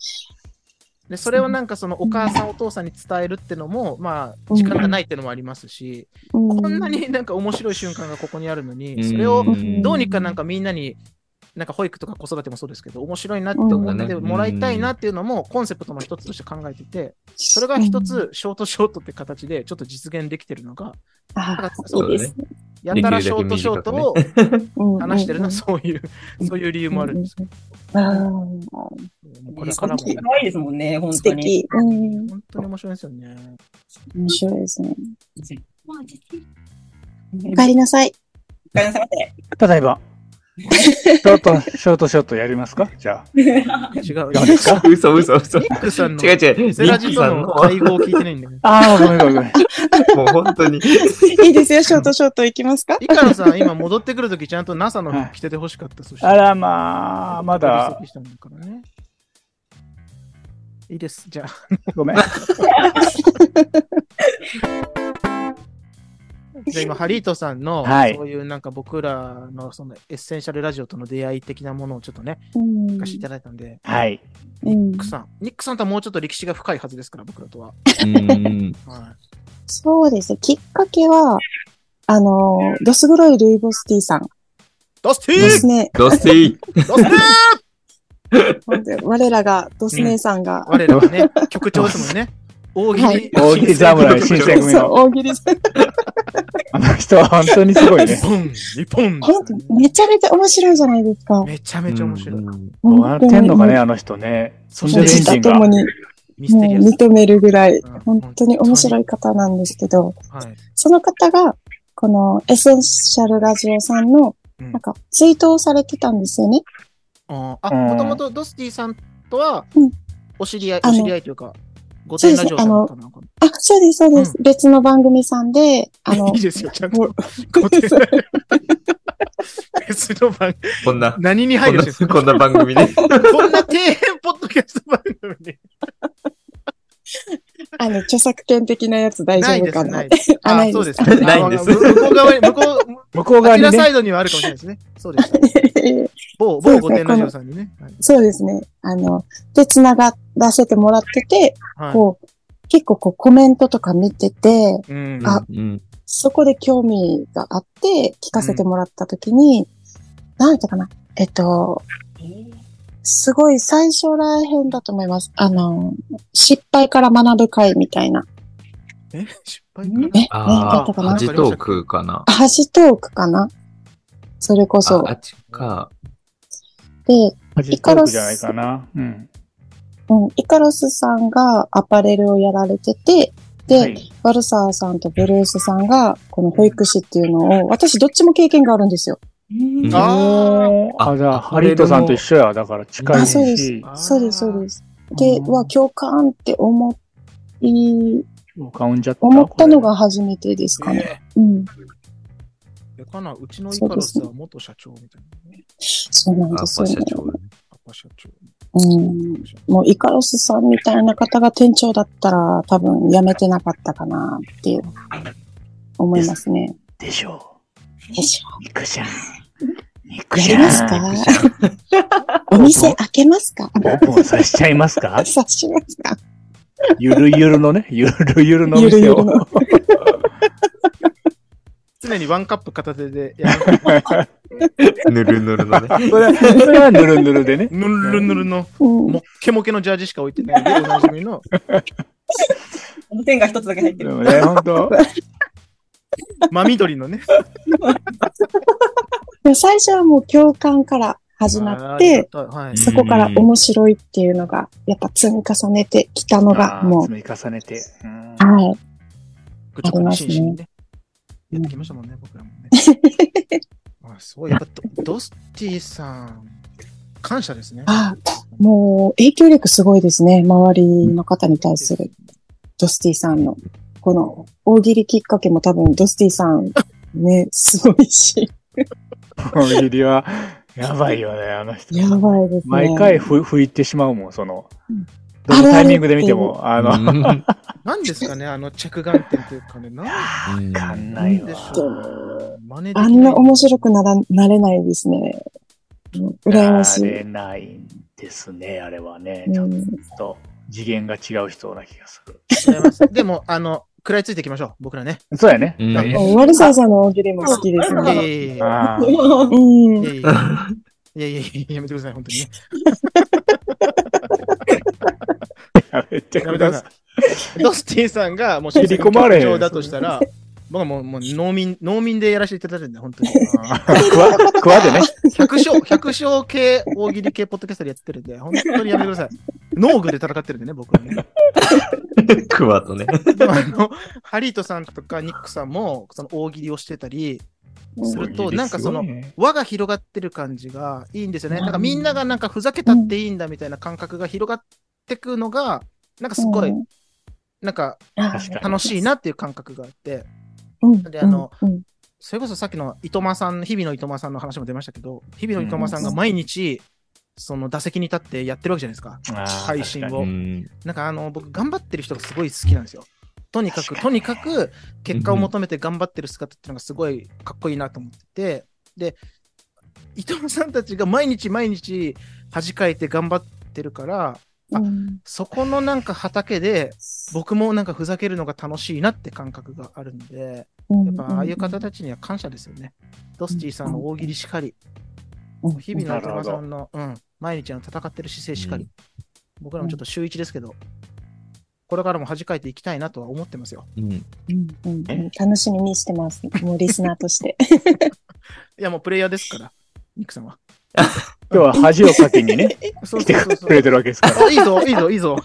[SPEAKER 1] で、それをなんかそのお母さん、お父さんに伝えるってのも、まあ、時間がないってのもありますし、こ
[SPEAKER 4] こ
[SPEAKER 1] んなになんか面白い瞬間がここにあるのに、それを
[SPEAKER 3] ん
[SPEAKER 1] どうにかなんかみんなに、なんか保育とか子育てもそうですけど、面白いなって思ってもらいたいなっていうのもコンセプトの一つとして考えてて、それが一つショートショートって形でちょっと実現できてるのが、
[SPEAKER 4] あ
[SPEAKER 3] そ
[SPEAKER 4] いいうで
[SPEAKER 3] だ
[SPEAKER 4] す
[SPEAKER 3] ね。
[SPEAKER 1] やたらショートショートを
[SPEAKER 4] うん
[SPEAKER 1] 話してるのは
[SPEAKER 4] うん
[SPEAKER 1] そういう、そういう理由もあるんですけ
[SPEAKER 4] うん
[SPEAKER 1] ど、これからも
[SPEAKER 8] 可愛いですもんね、本
[SPEAKER 4] 素
[SPEAKER 8] 当に。
[SPEAKER 4] 敵。うん。
[SPEAKER 1] 本当に面白いですよね。
[SPEAKER 4] 面白いですね。
[SPEAKER 8] うん
[SPEAKER 4] お帰りなさい。
[SPEAKER 8] おかえりなさいませ
[SPEAKER 2] ただいま。ショート、ショート、ショートやりますかじゃあ。
[SPEAKER 1] 違う。
[SPEAKER 2] やですか
[SPEAKER 3] 嘘嘘嘘。
[SPEAKER 1] ニックさんの
[SPEAKER 3] 違う違う。
[SPEAKER 1] セ
[SPEAKER 3] ニ
[SPEAKER 1] ラ
[SPEAKER 3] ッ
[SPEAKER 1] ジ
[SPEAKER 3] ク
[SPEAKER 1] と
[SPEAKER 3] さん
[SPEAKER 1] の
[SPEAKER 3] の、
[SPEAKER 1] 会合を聞いてないんだよね。
[SPEAKER 2] ああ、ごめんごめんごめん。
[SPEAKER 3] もう本
[SPEAKER 1] *laughs*
[SPEAKER 3] 当に。
[SPEAKER 4] いいですよ、ショートショート行きますか
[SPEAKER 1] イカロさん、今戻ってくるとき、ちゃんと NASA の服着ててほしかった。そして
[SPEAKER 2] あらまあ、まだ、。
[SPEAKER 1] いいです。じゃあ、
[SPEAKER 2] ごめん。
[SPEAKER 1] じゃあ今、ハリートさんの、
[SPEAKER 2] はい
[SPEAKER 1] そういうなんか僕らのそのエッセンシャルラジオとの出会い的なものをちょっとね、
[SPEAKER 4] うん
[SPEAKER 1] 聞かせていただいたんで、
[SPEAKER 2] はい。
[SPEAKER 4] うん
[SPEAKER 1] ニックさん、ニックさんとはもうちょっと歴史が深いはずですから、僕らとは。
[SPEAKER 3] うん。
[SPEAKER 1] は
[SPEAKER 4] そうですね。きっかけは、あの、ドス黒いルイボスティーさん
[SPEAKER 1] い、ドステ
[SPEAKER 4] で
[SPEAKER 1] ィ
[SPEAKER 4] すね。
[SPEAKER 3] どうせいい。
[SPEAKER 1] ードスティー
[SPEAKER 4] ほんで我らが、ドス姉さんが、
[SPEAKER 1] 我らがね、局長ですもんね。大喜利。
[SPEAKER 2] 大喜利侍、新選組
[SPEAKER 4] そう、
[SPEAKER 2] の。
[SPEAKER 4] 大喜利さん。
[SPEAKER 2] あの人は本当にすごい
[SPEAKER 1] 日
[SPEAKER 2] ね。
[SPEAKER 1] 本、日本
[SPEAKER 4] ほんとめちゃめちゃ面白いじゃないですか。
[SPEAKER 1] めちゃめちゃ面白い。
[SPEAKER 3] うん
[SPEAKER 2] どうなってんのかね、
[SPEAKER 4] も
[SPEAKER 2] あの人ね。そん
[SPEAKER 4] う
[SPEAKER 2] でるエン
[SPEAKER 4] 自
[SPEAKER 2] ジ
[SPEAKER 4] 他
[SPEAKER 2] ン
[SPEAKER 4] とも
[SPEAKER 2] が。
[SPEAKER 4] に、
[SPEAKER 1] ミステ
[SPEAKER 4] も
[SPEAKER 1] リ
[SPEAKER 4] う
[SPEAKER 1] アス。
[SPEAKER 4] 認めるぐらい
[SPEAKER 1] うん、
[SPEAKER 4] 本当に面白い方なんですけど、
[SPEAKER 1] はい。
[SPEAKER 4] その方が、このエッセンシャルラジオさんの、
[SPEAKER 1] うん
[SPEAKER 4] なんか、ツイートをされてたんですよね。
[SPEAKER 1] あー、
[SPEAKER 2] うん
[SPEAKER 1] もともとドスティさんとは
[SPEAKER 4] うん、
[SPEAKER 1] お知り合い、
[SPEAKER 4] あ
[SPEAKER 1] お
[SPEAKER 4] の
[SPEAKER 1] 知り合いというか、ごてんラジオさんだったのかな、
[SPEAKER 4] あ、そうです、そうです。別の番組さんで、あの
[SPEAKER 1] *laughs* いいですよ、ちゃんと
[SPEAKER 4] もう。
[SPEAKER 1] ごてんラジオ *laughs* 別の番組、
[SPEAKER 3] こんな、
[SPEAKER 1] 何に
[SPEAKER 3] こ
[SPEAKER 1] 配
[SPEAKER 3] ん
[SPEAKER 1] 慮して
[SPEAKER 3] な、
[SPEAKER 1] る
[SPEAKER 3] こんな番組で。
[SPEAKER 1] こんな底辺ポッドキャスト番組で。
[SPEAKER 4] *laughs* あの、著作権的なやつ大
[SPEAKER 1] ないで
[SPEAKER 4] 丈夫
[SPEAKER 1] す、
[SPEAKER 4] かな
[SPEAKER 1] ないです。
[SPEAKER 4] あ
[SPEAKER 1] あ
[SPEAKER 4] ない
[SPEAKER 1] そう
[SPEAKER 4] で
[SPEAKER 1] ですす。
[SPEAKER 3] ないんです
[SPEAKER 1] あ向こう側に、向こう、
[SPEAKER 2] 向こう
[SPEAKER 1] あ
[SPEAKER 2] 側
[SPEAKER 1] ち
[SPEAKER 2] に
[SPEAKER 1] らサ
[SPEAKER 2] ね。
[SPEAKER 1] イドにはあるかもしれないですね。そうです。某、
[SPEAKER 4] そう
[SPEAKER 1] 某
[SPEAKER 4] です
[SPEAKER 1] 御
[SPEAKER 4] ね
[SPEAKER 1] 殿ラジオさんにね。はい
[SPEAKER 4] *laughs* そうですね。あの、で、繋がらせてもらってて、
[SPEAKER 1] はい。
[SPEAKER 4] こう、結構こうコメントとか見てて、
[SPEAKER 1] うん
[SPEAKER 4] あ
[SPEAKER 3] うん。
[SPEAKER 4] そこで興味があって、聞かせてもらったときに、なんていうかな、えっと、すごい最初らへんだと思います。あの、失敗から学ぶ会みたいな。
[SPEAKER 1] え、失敗かな
[SPEAKER 4] え、なんだ
[SPEAKER 3] あ
[SPEAKER 4] ったか
[SPEAKER 3] あ、
[SPEAKER 4] な
[SPEAKER 3] ハジトークかな。
[SPEAKER 4] ハジトークかなそれこそ
[SPEAKER 3] あ、あ。っちか。
[SPEAKER 4] で、
[SPEAKER 2] マジックオークじゃないかな。うん。
[SPEAKER 4] うん、イカロスさんがアパレルをやられてて、で、
[SPEAKER 2] はい
[SPEAKER 4] ワルサーさんとブルースさんが、この保育士っていうのを、私どっちも経験があるんですよ。
[SPEAKER 8] うん
[SPEAKER 3] あ
[SPEAKER 2] おーあ、じゃあ、ハリートさんと一緒や。だから近い
[SPEAKER 4] あ、そうです
[SPEAKER 2] し、。
[SPEAKER 4] そうです、そうです。で、
[SPEAKER 2] うん
[SPEAKER 4] は、共感って思い、
[SPEAKER 2] 買うんじゃった
[SPEAKER 4] 思ったのが初めてですかね。うん。
[SPEAKER 1] でかな、うちのイカロスは元社長みたいなね。
[SPEAKER 4] そうなん
[SPEAKER 3] あ、
[SPEAKER 4] です
[SPEAKER 3] 社
[SPEAKER 4] よね。
[SPEAKER 3] 長。
[SPEAKER 1] アパ社長。
[SPEAKER 4] うん。もうイカロスさんみたいな方が店長だったら、多分辞めてなかったかなっていう、思いますね。
[SPEAKER 2] でしょ
[SPEAKER 4] でしょ
[SPEAKER 2] う。肉じゃん。肉
[SPEAKER 4] や
[SPEAKER 2] じ
[SPEAKER 4] り
[SPEAKER 2] ゃん。
[SPEAKER 4] ますかお店開けますか
[SPEAKER 2] オープンさせちゃいますか
[SPEAKER 4] *laughs* 察しますか
[SPEAKER 2] *laughs* ゆるゆるのね、ゆるゆるのお店を。
[SPEAKER 4] ゆるゆるの
[SPEAKER 1] 常にワンカップ片手でやる。
[SPEAKER 4] *laughs*
[SPEAKER 3] ぬるぬるの *laughs* ね。
[SPEAKER 2] それはそれはぬるぬるでね。
[SPEAKER 1] ぬるぬるの、
[SPEAKER 4] うん。
[SPEAKER 1] もっけもけのジャージしか置いてないで、おなじみの、
[SPEAKER 8] 点が一つだけ入って
[SPEAKER 2] で
[SPEAKER 8] る。
[SPEAKER 2] もね、本当
[SPEAKER 1] 真緑のね。
[SPEAKER 4] で最初はもう共感から始まっ
[SPEAKER 1] あり
[SPEAKER 4] て、
[SPEAKER 1] がとうはい。
[SPEAKER 4] そこから面白いっていうのが、やっぱ積み重ねてきたのが、も
[SPEAKER 2] 積み重ねて。うん
[SPEAKER 4] う、はい。
[SPEAKER 1] 愚直に真摯にね。
[SPEAKER 4] あ
[SPEAKER 1] やっ
[SPEAKER 4] りますね
[SPEAKER 1] てきましたもんね、僕らも
[SPEAKER 4] *laughs*
[SPEAKER 1] ね。あすごい。やっぱド、ドスティさん、感謝ですね。
[SPEAKER 4] あもう、影響力すごいですね。周りの方に対する、ドスティさんの。この、大喜利きっかけも多分、ドスティさん、ね、すごい
[SPEAKER 1] *laughs*
[SPEAKER 4] し。
[SPEAKER 2] 大喜利は、やばいよね、あの人。
[SPEAKER 4] やばいですね。
[SPEAKER 2] 毎回ふ吹いてしまうもん、その
[SPEAKER 4] うん。
[SPEAKER 2] どのタイミングで見ても、あの、わ
[SPEAKER 3] の、
[SPEAKER 1] 何ですかね、あの着眼点というかね、なん
[SPEAKER 2] かんないわ
[SPEAKER 1] で。しょう。真似でき
[SPEAKER 4] あんな面白くなら、なれないですね。うん羨まし
[SPEAKER 2] 慣
[SPEAKER 4] い
[SPEAKER 2] れ。ないんですね、あれはね
[SPEAKER 4] う。ん
[SPEAKER 2] ちょっと、次元が違う人な気がする。
[SPEAKER 1] 違いますでも、あの、食らいついていきましょう、僕らね。
[SPEAKER 2] そうやね。
[SPEAKER 3] うん
[SPEAKER 1] うん
[SPEAKER 4] ワルサーさんの大喜利も好きです
[SPEAKER 1] いやい
[SPEAKER 4] ね。
[SPEAKER 1] やいや
[SPEAKER 2] あ
[SPEAKER 8] *laughs*
[SPEAKER 2] ー
[SPEAKER 8] うん
[SPEAKER 4] う
[SPEAKER 1] い。
[SPEAKER 4] ん
[SPEAKER 1] やいやいやいやいややめてください、本当にね。
[SPEAKER 2] やめて
[SPEAKER 1] やめてく
[SPEAKER 2] くだ
[SPEAKER 1] ださ
[SPEAKER 2] さ
[SPEAKER 1] い。ドスティさんが、もう、
[SPEAKER 2] 切り込まれへん
[SPEAKER 1] 上だとしたら、僕はもう、もう農民、農民でやらせていただいてるんで、本当に。
[SPEAKER 2] い。クワ、クワでね。
[SPEAKER 1] 百姓、百姓系、大喜利系、ポッドキャストでやってるんで、本当にやめてください。農具で戦ってるんでね、僕はね。
[SPEAKER 3] クワとね。
[SPEAKER 1] でもあの、ハリートさんとかニックさんも、その大喜利をしてたり、すると、なんかその、輪が広がってる感じがいいんですよね。なんかみんながなんかふざけたっていいんだみたいな感覚が広がってくのが、なんかすごい、
[SPEAKER 4] うん
[SPEAKER 1] なんか
[SPEAKER 2] 確かに
[SPEAKER 1] 楽しいなっていう感覚があって、
[SPEAKER 4] うん
[SPEAKER 1] であの、
[SPEAKER 4] うん
[SPEAKER 1] それこそさっきの糸間さん、日々の糸間さんの話も出ましたけど、日々の糸間さんが毎日、その打席に立ってやってるわけじゃないですか。配
[SPEAKER 2] 配
[SPEAKER 1] 信を
[SPEAKER 3] うん
[SPEAKER 1] なんかあの、僕頑張ってる人がすごい好きなんですよ。とにかく、
[SPEAKER 2] 確
[SPEAKER 1] と
[SPEAKER 2] かに
[SPEAKER 1] にかく結果を求めて頑張ってる姿っていうのがすごいかっこいいなと思ってて、で、伊藤さんたちが毎日毎日恥かいて頑張ってるから、あ
[SPEAKER 4] うん
[SPEAKER 1] そこのなんか畑で僕もなんかふざけるのが楽しいなって感覚があるんで、やっぱああいう方たちには感謝ですよね。ドスティさんの大喜利しかり、
[SPEAKER 4] うん
[SPEAKER 1] 日々の伊藤さんの、うん、毎日の戦ってる姿勢しかり、
[SPEAKER 3] うん
[SPEAKER 1] 僕らもちょっと週一ですけど、これからも恥かいていきたいなとは思ってますよ。
[SPEAKER 3] うん
[SPEAKER 4] うんうんうん楽しみにして *laughs* ます。もうリスナーとして。
[SPEAKER 1] いや、もうプレイヤーですから、ニックさんは。
[SPEAKER 2] 今日は恥をかき
[SPEAKER 1] *laughs*
[SPEAKER 2] にね、
[SPEAKER 1] そう
[SPEAKER 2] 来て
[SPEAKER 1] そうそうそ
[SPEAKER 2] くれてるわけですから。
[SPEAKER 1] う。いいぞ、いいぞ、いいぞ。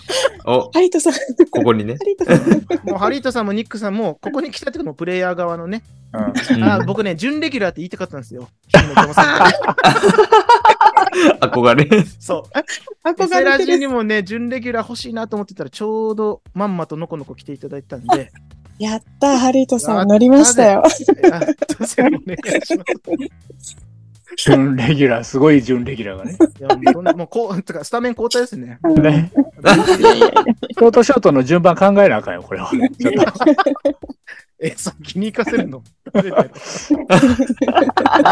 [SPEAKER 3] お、
[SPEAKER 4] *laughs* ハリトさん、
[SPEAKER 3] ここにね
[SPEAKER 4] ハ。リトさん。
[SPEAKER 1] もうハリートさんもニックさんも、ここに来たってこともプレイヤー側のね。
[SPEAKER 2] うん
[SPEAKER 3] うん
[SPEAKER 1] あ僕ね、準レギュラーって言いたかったんですよ。日々の友さ *laughs* ん
[SPEAKER 3] 憧れ。
[SPEAKER 1] そう。エセ
[SPEAKER 4] 憧
[SPEAKER 1] ラ
[SPEAKER 4] れ
[SPEAKER 1] ジ
[SPEAKER 4] て
[SPEAKER 1] に
[SPEAKER 4] る。
[SPEAKER 1] もね、準レギュラー欲しいなと思ってたら、ちょうどまんまとのこのこ来ていただいたん
[SPEAKER 4] *laughs*
[SPEAKER 1] で、
[SPEAKER 4] *laughs* やったー、ハリトさん乗りましたよ。
[SPEAKER 1] あどうせお願いします。
[SPEAKER 2] 準レギュラー、すごい準レギュラーがね。
[SPEAKER 1] いや、もうそんな、もうこう、 *laughs* つかスタメン交代ですね。
[SPEAKER 2] ね。ショートショートの順番考えなあかんよ、これは。ちょっと
[SPEAKER 1] え、そう、気に行かせるのダ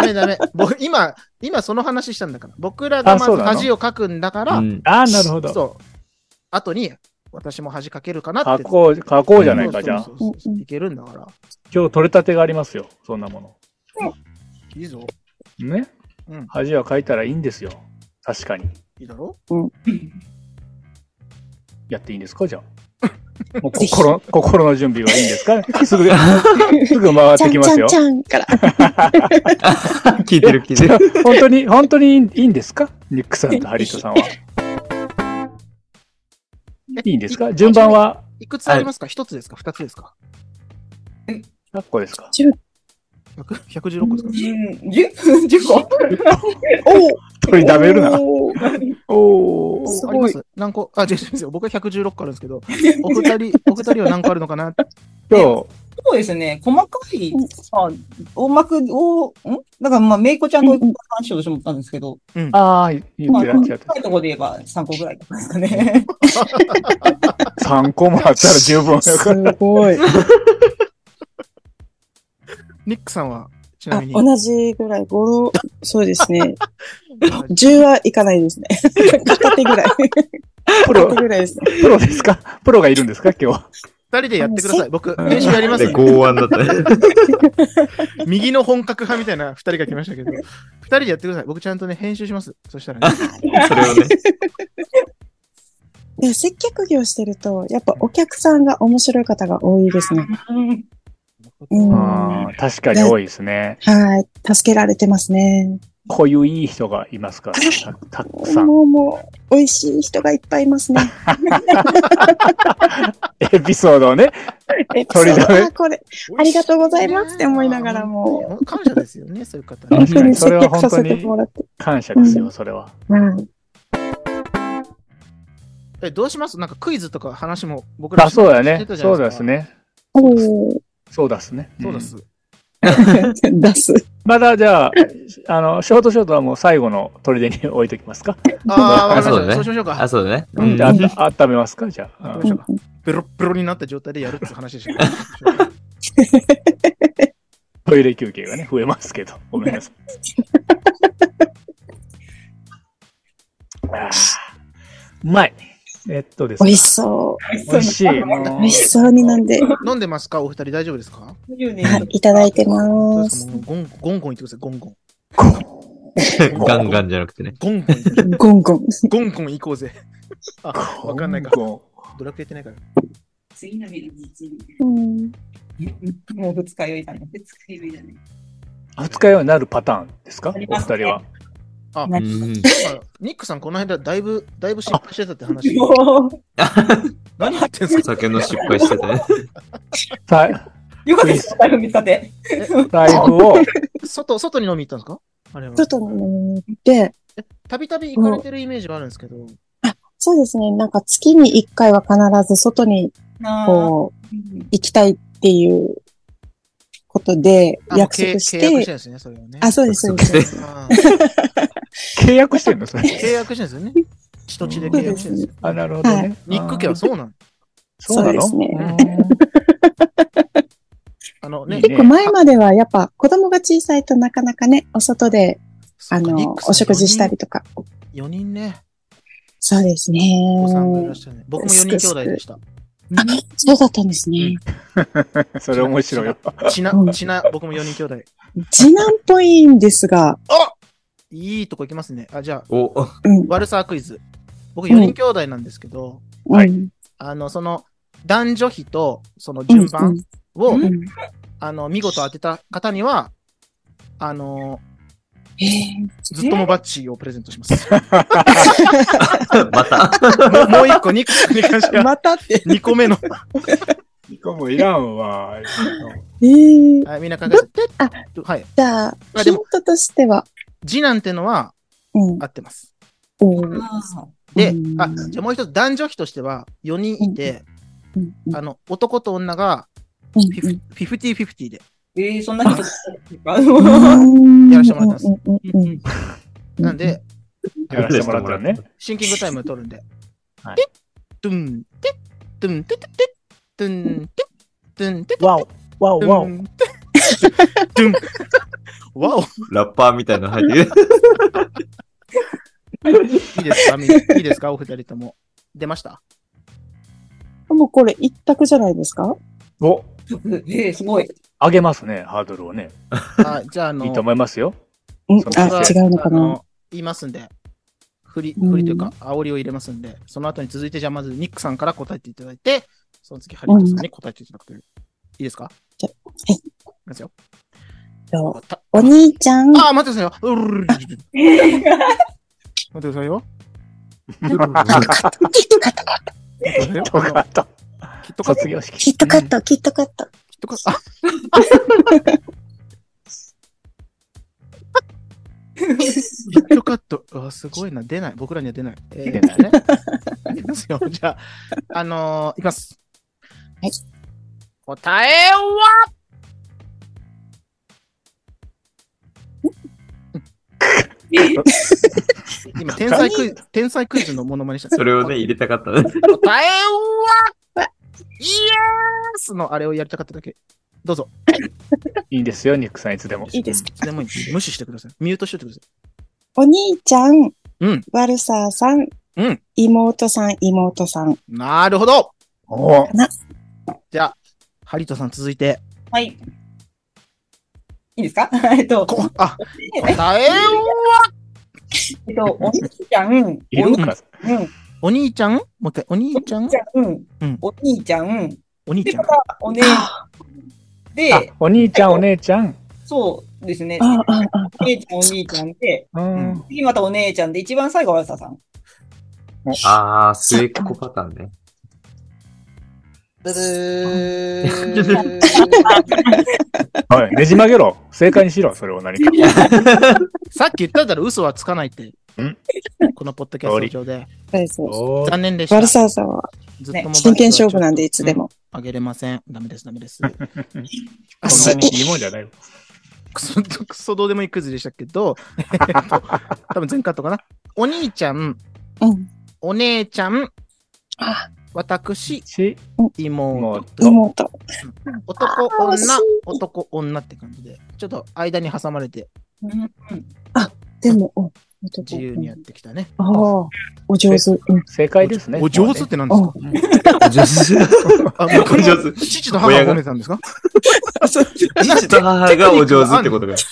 [SPEAKER 1] メダメ。僕、今、今その話したんだから。僕らが
[SPEAKER 2] あ
[SPEAKER 1] ま
[SPEAKER 2] そ
[SPEAKER 1] ず
[SPEAKER 2] うなの
[SPEAKER 1] 恥をかくんだから、
[SPEAKER 3] うん
[SPEAKER 2] ああ、なるほど。
[SPEAKER 1] そう。後に、私も恥かけるかなっ
[SPEAKER 2] 書
[SPEAKER 1] て。
[SPEAKER 2] こう、書こうじゃないか、じゃあ
[SPEAKER 1] そ。うそうそう
[SPEAKER 4] うん
[SPEAKER 1] いけるんだから。
[SPEAKER 2] 今日取れたてがありますよ、そんなもの。
[SPEAKER 1] いいぞ。
[SPEAKER 2] ね
[SPEAKER 1] うん。
[SPEAKER 2] 恥は書いたらいいんですよ。確かに。
[SPEAKER 1] いいだろ
[SPEAKER 2] やっていいんですか、じゃあ。もう心、心の準備はいいんですかすぐ、すぐ回っ
[SPEAKER 4] ちゃ
[SPEAKER 2] て
[SPEAKER 4] ん
[SPEAKER 2] きま
[SPEAKER 4] ち
[SPEAKER 2] す
[SPEAKER 4] ゃん
[SPEAKER 2] よ
[SPEAKER 4] ち。ゃんから。
[SPEAKER 3] *laughs*
[SPEAKER 4] *laughs*
[SPEAKER 3] 聞いてる聞いてる。
[SPEAKER 2] 本当に、本当にいいいいんですかニックさんとハリットさんは。いいんですか順番は、
[SPEAKER 1] いくつありますか一つですか二つですか
[SPEAKER 2] 何個ですか
[SPEAKER 1] 100 ?116 個ですか
[SPEAKER 8] 10、10個
[SPEAKER 2] 取りだめるな。
[SPEAKER 8] お
[SPEAKER 2] おー
[SPEAKER 4] す
[SPEAKER 1] あり
[SPEAKER 4] ご
[SPEAKER 1] ま
[SPEAKER 4] い。
[SPEAKER 1] す何個あ、違う違う違う。僕は116個あるんですけど、お二人、お二人は何個あるのかなって。
[SPEAKER 2] 今
[SPEAKER 8] そうですね。細かい、まあ、大幕を、んだから、まあ、めいこちゃんと話をしもったんですけど、
[SPEAKER 2] 日、ああ、言
[SPEAKER 8] ま
[SPEAKER 2] っ
[SPEAKER 8] あ、
[SPEAKER 2] てらっしゃっ
[SPEAKER 8] 細かいところで言えば3個ぐらいですかね。
[SPEAKER 2] た。3個もあったら十
[SPEAKER 4] *laughs*
[SPEAKER 2] 分
[SPEAKER 4] す
[SPEAKER 2] よかっ
[SPEAKER 4] ごい。
[SPEAKER 1] ニックさんは、ちな
[SPEAKER 4] あ、
[SPEAKER 1] みに。
[SPEAKER 4] 同じぐらい、5、そうです *laughs* ね。10はいかない *laughs* ですね。片手ぐ *laughs* らい。
[SPEAKER 2] た。プ
[SPEAKER 4] 片
[SPEAKER 2] ロ
[SPEAKER 4] 手、ぐらいですね。
[SPEAKER 2] プロですかプロがいるんですか今日は。
[SPEAKER 1] 二人でやってください。僕、
[SPEAKER 3] うん
[SPEAKER 1] 練習やります
[SPEAKER 3] で
[SPEAKER 1] んで。
[SPEAKER 3] 剛腕だった *laughs* ね。
[SPEAKER 1] 右の本格派みたいな二人が来ましたけど、二人でやってください。僕ちゃんとね、編集します。そしたらね。
[SPEAKER 3] それをね。
[SPEAKER 4] でも接客業してると、やっぱお客さんが面白い方が多いですね。
[SPEAKER 8] うん
[SPEAKER 4] うん。
[SPEAKER 2] あ
[SPEAKER 4] は
[SPEAKER 2] ー確かに多いですね。
[SPEAKER 4] い。助けられてますね。
[SPEAKER 2] こういういい人がいますから、たたくさん。
[SPEAKER 4] もうもう、美味しい人がいっぱいいますね。
[SPEAKER 2] エピソードをね、取りだめ
[SPEAKER 4] あ、これ、ありがとうございますって思いながらも、
[SPEAKER 1] う。感謝ですよね、そういう方。
[SPEAKER 4] 本当に
[SPEAKER 2] そ
[SPEAKER 4] 接
[SPEAKER 2] れは
[SPEAKER 4] 客
[SPEAKER 2] 本当
[SPEAKER 4] さ
[SPEAKER 2] に
[SPEAKER 4] せてもらって。
[SPEAKER 2] 感謝ですよ、それは。
[SPEAKER 4] はい。
[SPEAKER 1] え、どうしますなんかクイズとか話も僕ら
[SPEAKER 2] あ、そう
[SPEAKER 1] し
[SPEAKER 2] だ
[SPEAKER 1] て
[SPEAKER 2] ね。
[SPEAKER 1] たじゃ
[SPEAKER 2] そ
[SPEAKER 1] な
[SPEAKER 2] う
[SPEAKER 1] いか
[SPEAKER 2] です。ね。
[SPEAKER 4] おー
[SPEAKER 2] そうですね。
[SPEAKER 1] そうで
[SPEAKER 2] ん
[SPEAKER 1] す。
[SPEAKER 4] *laughs* 出す。
[SPEAKER 2] まだじゃあ、あの、ショートショートはもう最後の砦に置いときますか。
[SPEAKER 1] ああ、わかりまし
[SPEAKER 3] あそうだ
[SPEAKER 1] た。
[SPEAKER 3] ね
[SPEAKER 1] そうしましょう
[SPEAKER 3] あ、
[SPEAKER 1] か。
[SPEAKER 3] そうだね。
[SPEAKER 2] う、
[SPEAKER 3] うんん
[SPEAKER 2] じゃああった、温めますかじゃあ。
[SPEAKER 1] 温
[SPEAKER 2] う
[SPEAKER 1] めま
[SPEAKER 2] ん
[SPEAKER 1] しょうかペロッペロになった状態でやるって話でしょ。
[SPEAKER 2] トイレ休憩がね、増えますけど。ごめんなさい。あーうまい。えっとです
[SPEAKER 4] 美
[SPEAKER 2] ね
[SPEAKER 4] 味。しそ
[SPEAKER 2] 美味しい。も
[SPEAKER 4] う。
[SPEAKER 2] う
[SPEAKER 4] 美味しそうになんで、
[SPEAKER 1] 飲んでますかお二人大丈夫ですか
[SPEAKER 8] 20年
[SPEAKER 4] はい、いただいて
[SPEAKER 1] そう
[SPEAKER 4] ま
[SPEAKER 1] ですす。かもうゴンゴンゴン言ってください、ゴンゴン。
[SPEAKER 3] ガンガンじゃなくてね。
[SPEAKER 1] ゴンゴン言ってください。
[SPEAKER 4] ゴンゴン。
[SPEAKER 1] ゴンゴン行こうぜ。あ、わかんないか。
[SPEAKER 2] こ
[SPEAKER 1] ドラクエやってないから。
[SPEAKER 8] 次の日の日曜
[SPEAKER 4] うん、
[SPEAKER 8] 日もう二日酔いだね。二日酔いだね。
[SPEAKER 2] う二日酔いになるパターンですかお
[SPEAKER 8] あり
[SPEAKER 2] 二
[SPEAKER 8] ますね
[SPEAKER 2] 人は。
[SPEAKER 3] う。
[SPEAKER 8] なん
[SPEAKER 1] あニックさん、この間、だいぶ、だいぶ失敗してたって話。
[SPEAKER 8] よ
[SPEAKER 1] 何言ってんすか
[SPEAKER 3] 酒の失敗してたね。
[SPEAKER 2] さい
[SPEAKER 8] よかったです。財布見つかって。
[SPEAKER 2] 財布を、
[SPEAKER 1] 外、外に飲み行ったんですかあれは。
[SPEAKER 4] 外に行って、
[SPEAKER 1] たびたび行かれてるイメージはあるんですけど。
[SPEAKER 4] そうですね、なんか月に1回は必ず外に
[SPEAKER 8] なあ。
[SPEAKER 4] こう行きたいっていうことで
[SPEAKER 1] あもう契
[SPEAKER 4] 約束
[SPEAKER 1] 約
[SPEAKER 4] し
[SPEAKER 1] してるん
[SPEAKER 4] て、
[SPEAKER 1] ですね、それはね。
[SPEAKER 4] あ、そうです、そうです。
[SPEAKER 1] あ
[SPEAKER 2] 契約してんのそれ。
[SPEAKER 1] 契約してるんですよね。地と地で契約してるんですよ。
[SPEAKER 2] *laughs* あ、なるほど
[SPEAKER 4] は
[SPEAKER 2] ね。
[SPEAKER 1] ニック家はそうなの。
[SPEAKER 2] そうなの
[SPEAKER 4] そうです
[SPEAKER 1] ねあのね、
[SPEAKER 4] 結構前まではやっぱ子供が小さいとなかなかね、お外で、あの、お食事したりとか。
[SPEAKER 1] 4人ね、
[SPEAKER 4] そうですね。
[SPEAKER 1] お子さんがいらっしゃるね。僕も4人兄弟でした。
[SPEAKER 4] あ、そうだったんですね。
[SPEAKER 2] うん *laughs* それ面白いよ。
[SPEAKER 1] ちな、ちな、僕も4人兄弟。
[SPEAKER 4] 次男っぽいんですが、
[SPEAKER 1] いいとこ行きますね。あ、じゃあ、
[SPEAKER 3] お、 *laughs*
[SPEAKER 4] うん。
[SPEAKER 1] 悪さクイズ。僕4人兄弟なんですけど、
[SPEAKER 2] はい
[SPEAKER 4] うん
[SPEAKER 1] あの、その、男女比と、その順番を、
[SPEAKER 4] うんうん
[SPEAKER 1] あの、見事当てた方には、あの、
[SPEAKER 4] へえ
[SPEAKER 1] ずっともバッチをプレゼントします。
[SPEAKER 3] また。
[SPEAKER 1] もうもう一個、ニックさんに関しては、
[SPEAKER 4] またって。
[SPEAKER 1] 2個目の。
[SPEAKER 2] もういらんわ。
[SPEAKER 4] えー、
[SPEAKER 1] はい、みんな考えて。
[SPEAKER 4] あ
[SPEAKER 1] はい。
[SPEAKER 4] じゃあ、
[SPEAKER 1] あ
[SPEAKER 4] ヒ
[SPEAKER 1] で
[SPEAKER 4] ン
[SPEAKER 1] も
[SPEAKER 4] トとしては、
[SPEAKER 1] 次男ってのは
[SPEAKER 4] うん。
[SPEAKER 1] 合ってます。
[SPEAKER 4] おー
[SPEAKER 8] ああ
[SPEAKER 1] で
[SPEAKER 4] う、ん
[SPEAKER 1] あ、じゃあもう一つ男女比としては4人いて、
[SPEAKER 4] うんうん
[SPEAKER 1] あの、男と女がフィフ50-50で。
[SPEAKER 8] ええ、そんな人。
[SPEAKER 4] う
[SPEAKER 1] *laughs*
[SPEAKER 4] ん
[SPEAKER 1] やらせてもらってます
[SPEAKER 4] うんうんうんうん
[SPEAKER 1] なんで、
[SPEAKER 2] やらせてもらったらね。
[SPEAKER 1] シンキングタイム取るんで。
[SPEAKER 2] はい
[SPEAKER 1] てっとん、てっとん、てってってってん、てっとん、てっ
[SPEAKER 2] わお、わお、
[SPEAKER 1] と
[SPEAKER 2] わお。
[SPEAKER 1] ん、てっとん。わお、い
[SPEAKER 3] ラッパーみたいなの入って *laughs* る。
[SPEAKER 1] いですかみんないいですかお二人とも。出ました
[SPEAKER 4] もうこれ一択じゃないですか
[SPEAKER 2] お、
[SPEAKER 8] ええ、すごい。
[SPEAKER 2] 上げますね、ハードルをね。
[SPEAKER 1] あじゃあ、あの、
[SPEAKER 2] いいと思いますよ。
[SPEAKER 4] うん
[SPEAKER 2] そう
[SPEAKER 4] あ、違うのか
[SPEAKER 1] あ
[SPEAKER 4] な
[SPEAKER 1] の言いますんで。振り、
[SPEAKER 4] うん
[SPEAKER 1] 振りというか、煽りを入れますんで、その後に続いて、じゃあまずニックさんから答えていただいて、その次、ハリウッドさんに答えていただくという。いいですか
[SPEAKER 4] じゃはい
[SPEAKER 1] いますよ。
[SPEAKER 4] と
[SPEAKER 1] あた
[SPEAKER 4] お兄ちゃん、
[SPEAKER 1] あー、待ってくださいよ。うるるるるる待ってください
[SPEAKER 2] *laughs*
[SPEAKER 1] よ。
[SPEAKER 4] キット
[SPEAKER 1] *laughs* 待ってくだ
[SPEAKER 4] カット、
[SPEAKER 1] さいよ。
[SPEAKER 2] とかと。
[SPEAKER 1] きっとか、き
[SPEAKER 2] 卒業式。
[SPEAKER 4] キットカット、キットカット。
[SPEAKER 1] っとか、あ、ビットカット。あすごいな。出ない。僕らには出ない。えー
[SPEAKER 2] 出ない
[SPEAKER 1] ね。出ますよ。じゃあ、あのー、いきます。
[SPEAKER 4] はい。
[SPEAKER 1] 答えは今、天才クイズ、天才クイズのモノマネした。
[SPEAKER 3] それをね、入れたかったね。
[SPEAKER 1] 答えはイエースのあれをやりたかっただけ。どうぞ。
[SPEAKER 2] いいですよ、ニックさんいつでも。
[SPEAKER 4] いいですか
[SPEAKER 1] いつでもいい無視してください。ミュートしててくださ
[SPEAKER 4] お兄ちゃん、
[SPEAKER 1] うん
[SPEAKER 4] ワルサーさん、
[SPEAKER 1] うん
[SPEAKER 4] 妹さん、妹さん。
[SPEAKER 1] い。なるほど
[SPEAKER 2] おお。
[SPEAKER 1] じゃあ、ハリトさん続いて。
[SPEAKER 8] はい。いいですかえっと、
[SPEAKER 1] こあ、答えは
[SPEAKER 8] えっと、お兄ちゃん、お兄
[SPEAKER 2] いるか
[SPEAKER 8] ちゃん、
[SPEAKER 1] お兄ちゃんもう一回、お兄ちゃんうん
[SPEAKER 8] お兄ちゃん、
[SPEAKER 1] お兄
[SPEAKER 8] で、
[SPEAKER 1] ちゃん。
[SPEAKER 8] また、お姉、
[SPEAKER 2] あ
[SPEAKER 8] で、、
[SPEAKER 2] お兄ちゃん、お姉ちゃん。
[SPEAKER 8] そうですね。
[SPEAKER 4] ああ、ああ、
[SPEAKER 8] お姉ちゃん、お兄ちゃんで、
[SPEAKER 2] うん。
[SPEAKER 8] 次またお姉ちゃんで、一番最後はささん。
[SPEAKER 3] あー、末っ子パターンね。 *laughs*
[SPEAKER 1] ブブ
[SPEAKER 3] ー
[SPEAKER 2] おい、ねじ曲げろ。正解にしろ、それを何か。
[SPEAKER 1] さっき言っただろ、嘘はつかないって
[SPEAKER 2] ん。
[SPEAKER 1] このポッドキャスト上で。
[SPEAKER 4] そうです。
[SPEAKER 2] おー
[SPEAKER 1] 残念でし
[SPEAKER 4] ワ
[SPEAKER 1] た。
[SPEAKER 4] ル
[SPEAKER 1] ずっ
[SPEAKER 4] サーさんは
[SPEAKER 1] ともう
[SPEAKER 4] 真剣勝負なんで、いつでも。
[SPEAKER 1] あげれません。ダメです、ダメです。
[SPEAKER 4] あ、
[SPEAKER 2] そ
[SPEAKER 4] す
[SPEAKER 2] んなにいいもんじゃないよ。
[SPEAKER 1] クソ、クソどうでもいいクズでしたけど、 *laughs* えっと多分全カットかな。お兄ちゃん、
[SPEAKER 4] うん。
[SPEAKER 1] お姉ちゃん、
[SPEAKER 4] あ、
[SPEAKER 1] 私、
[SPEAKER 2] し、
[SPEAKER 1] 妹、
[SPEAKER 2] もう、
[SPEAKER 4] 妹。
[SPEAKER 1] 男、
[SPEAKER 4] あー惜しい
[SPEAKER 1] 女、男、女って感じで、ちょっと間に挟まれて
[SPEAKER 8] うん
[SPEAKER 4] でも、うん。
[SPEAKER 1] 自由にやってきたね。
[SPEAKER 4] ああ、お上手。うん。
[SPEAKER 2] 正解ですね。
[SPEAKER 1] お上手って何ですか
[SPEAKER 3] 上手。
[SPEAKER 1] あ、僕
[SPEAKER 3] お上
[SPEAKER 1] の
[SPEAKER 3] 手
[SPEAKER 1] 父と母を褒めたんですか
[SPEAKER 3] 父と母がお上手ってことが。
[SPEAKER 1] テ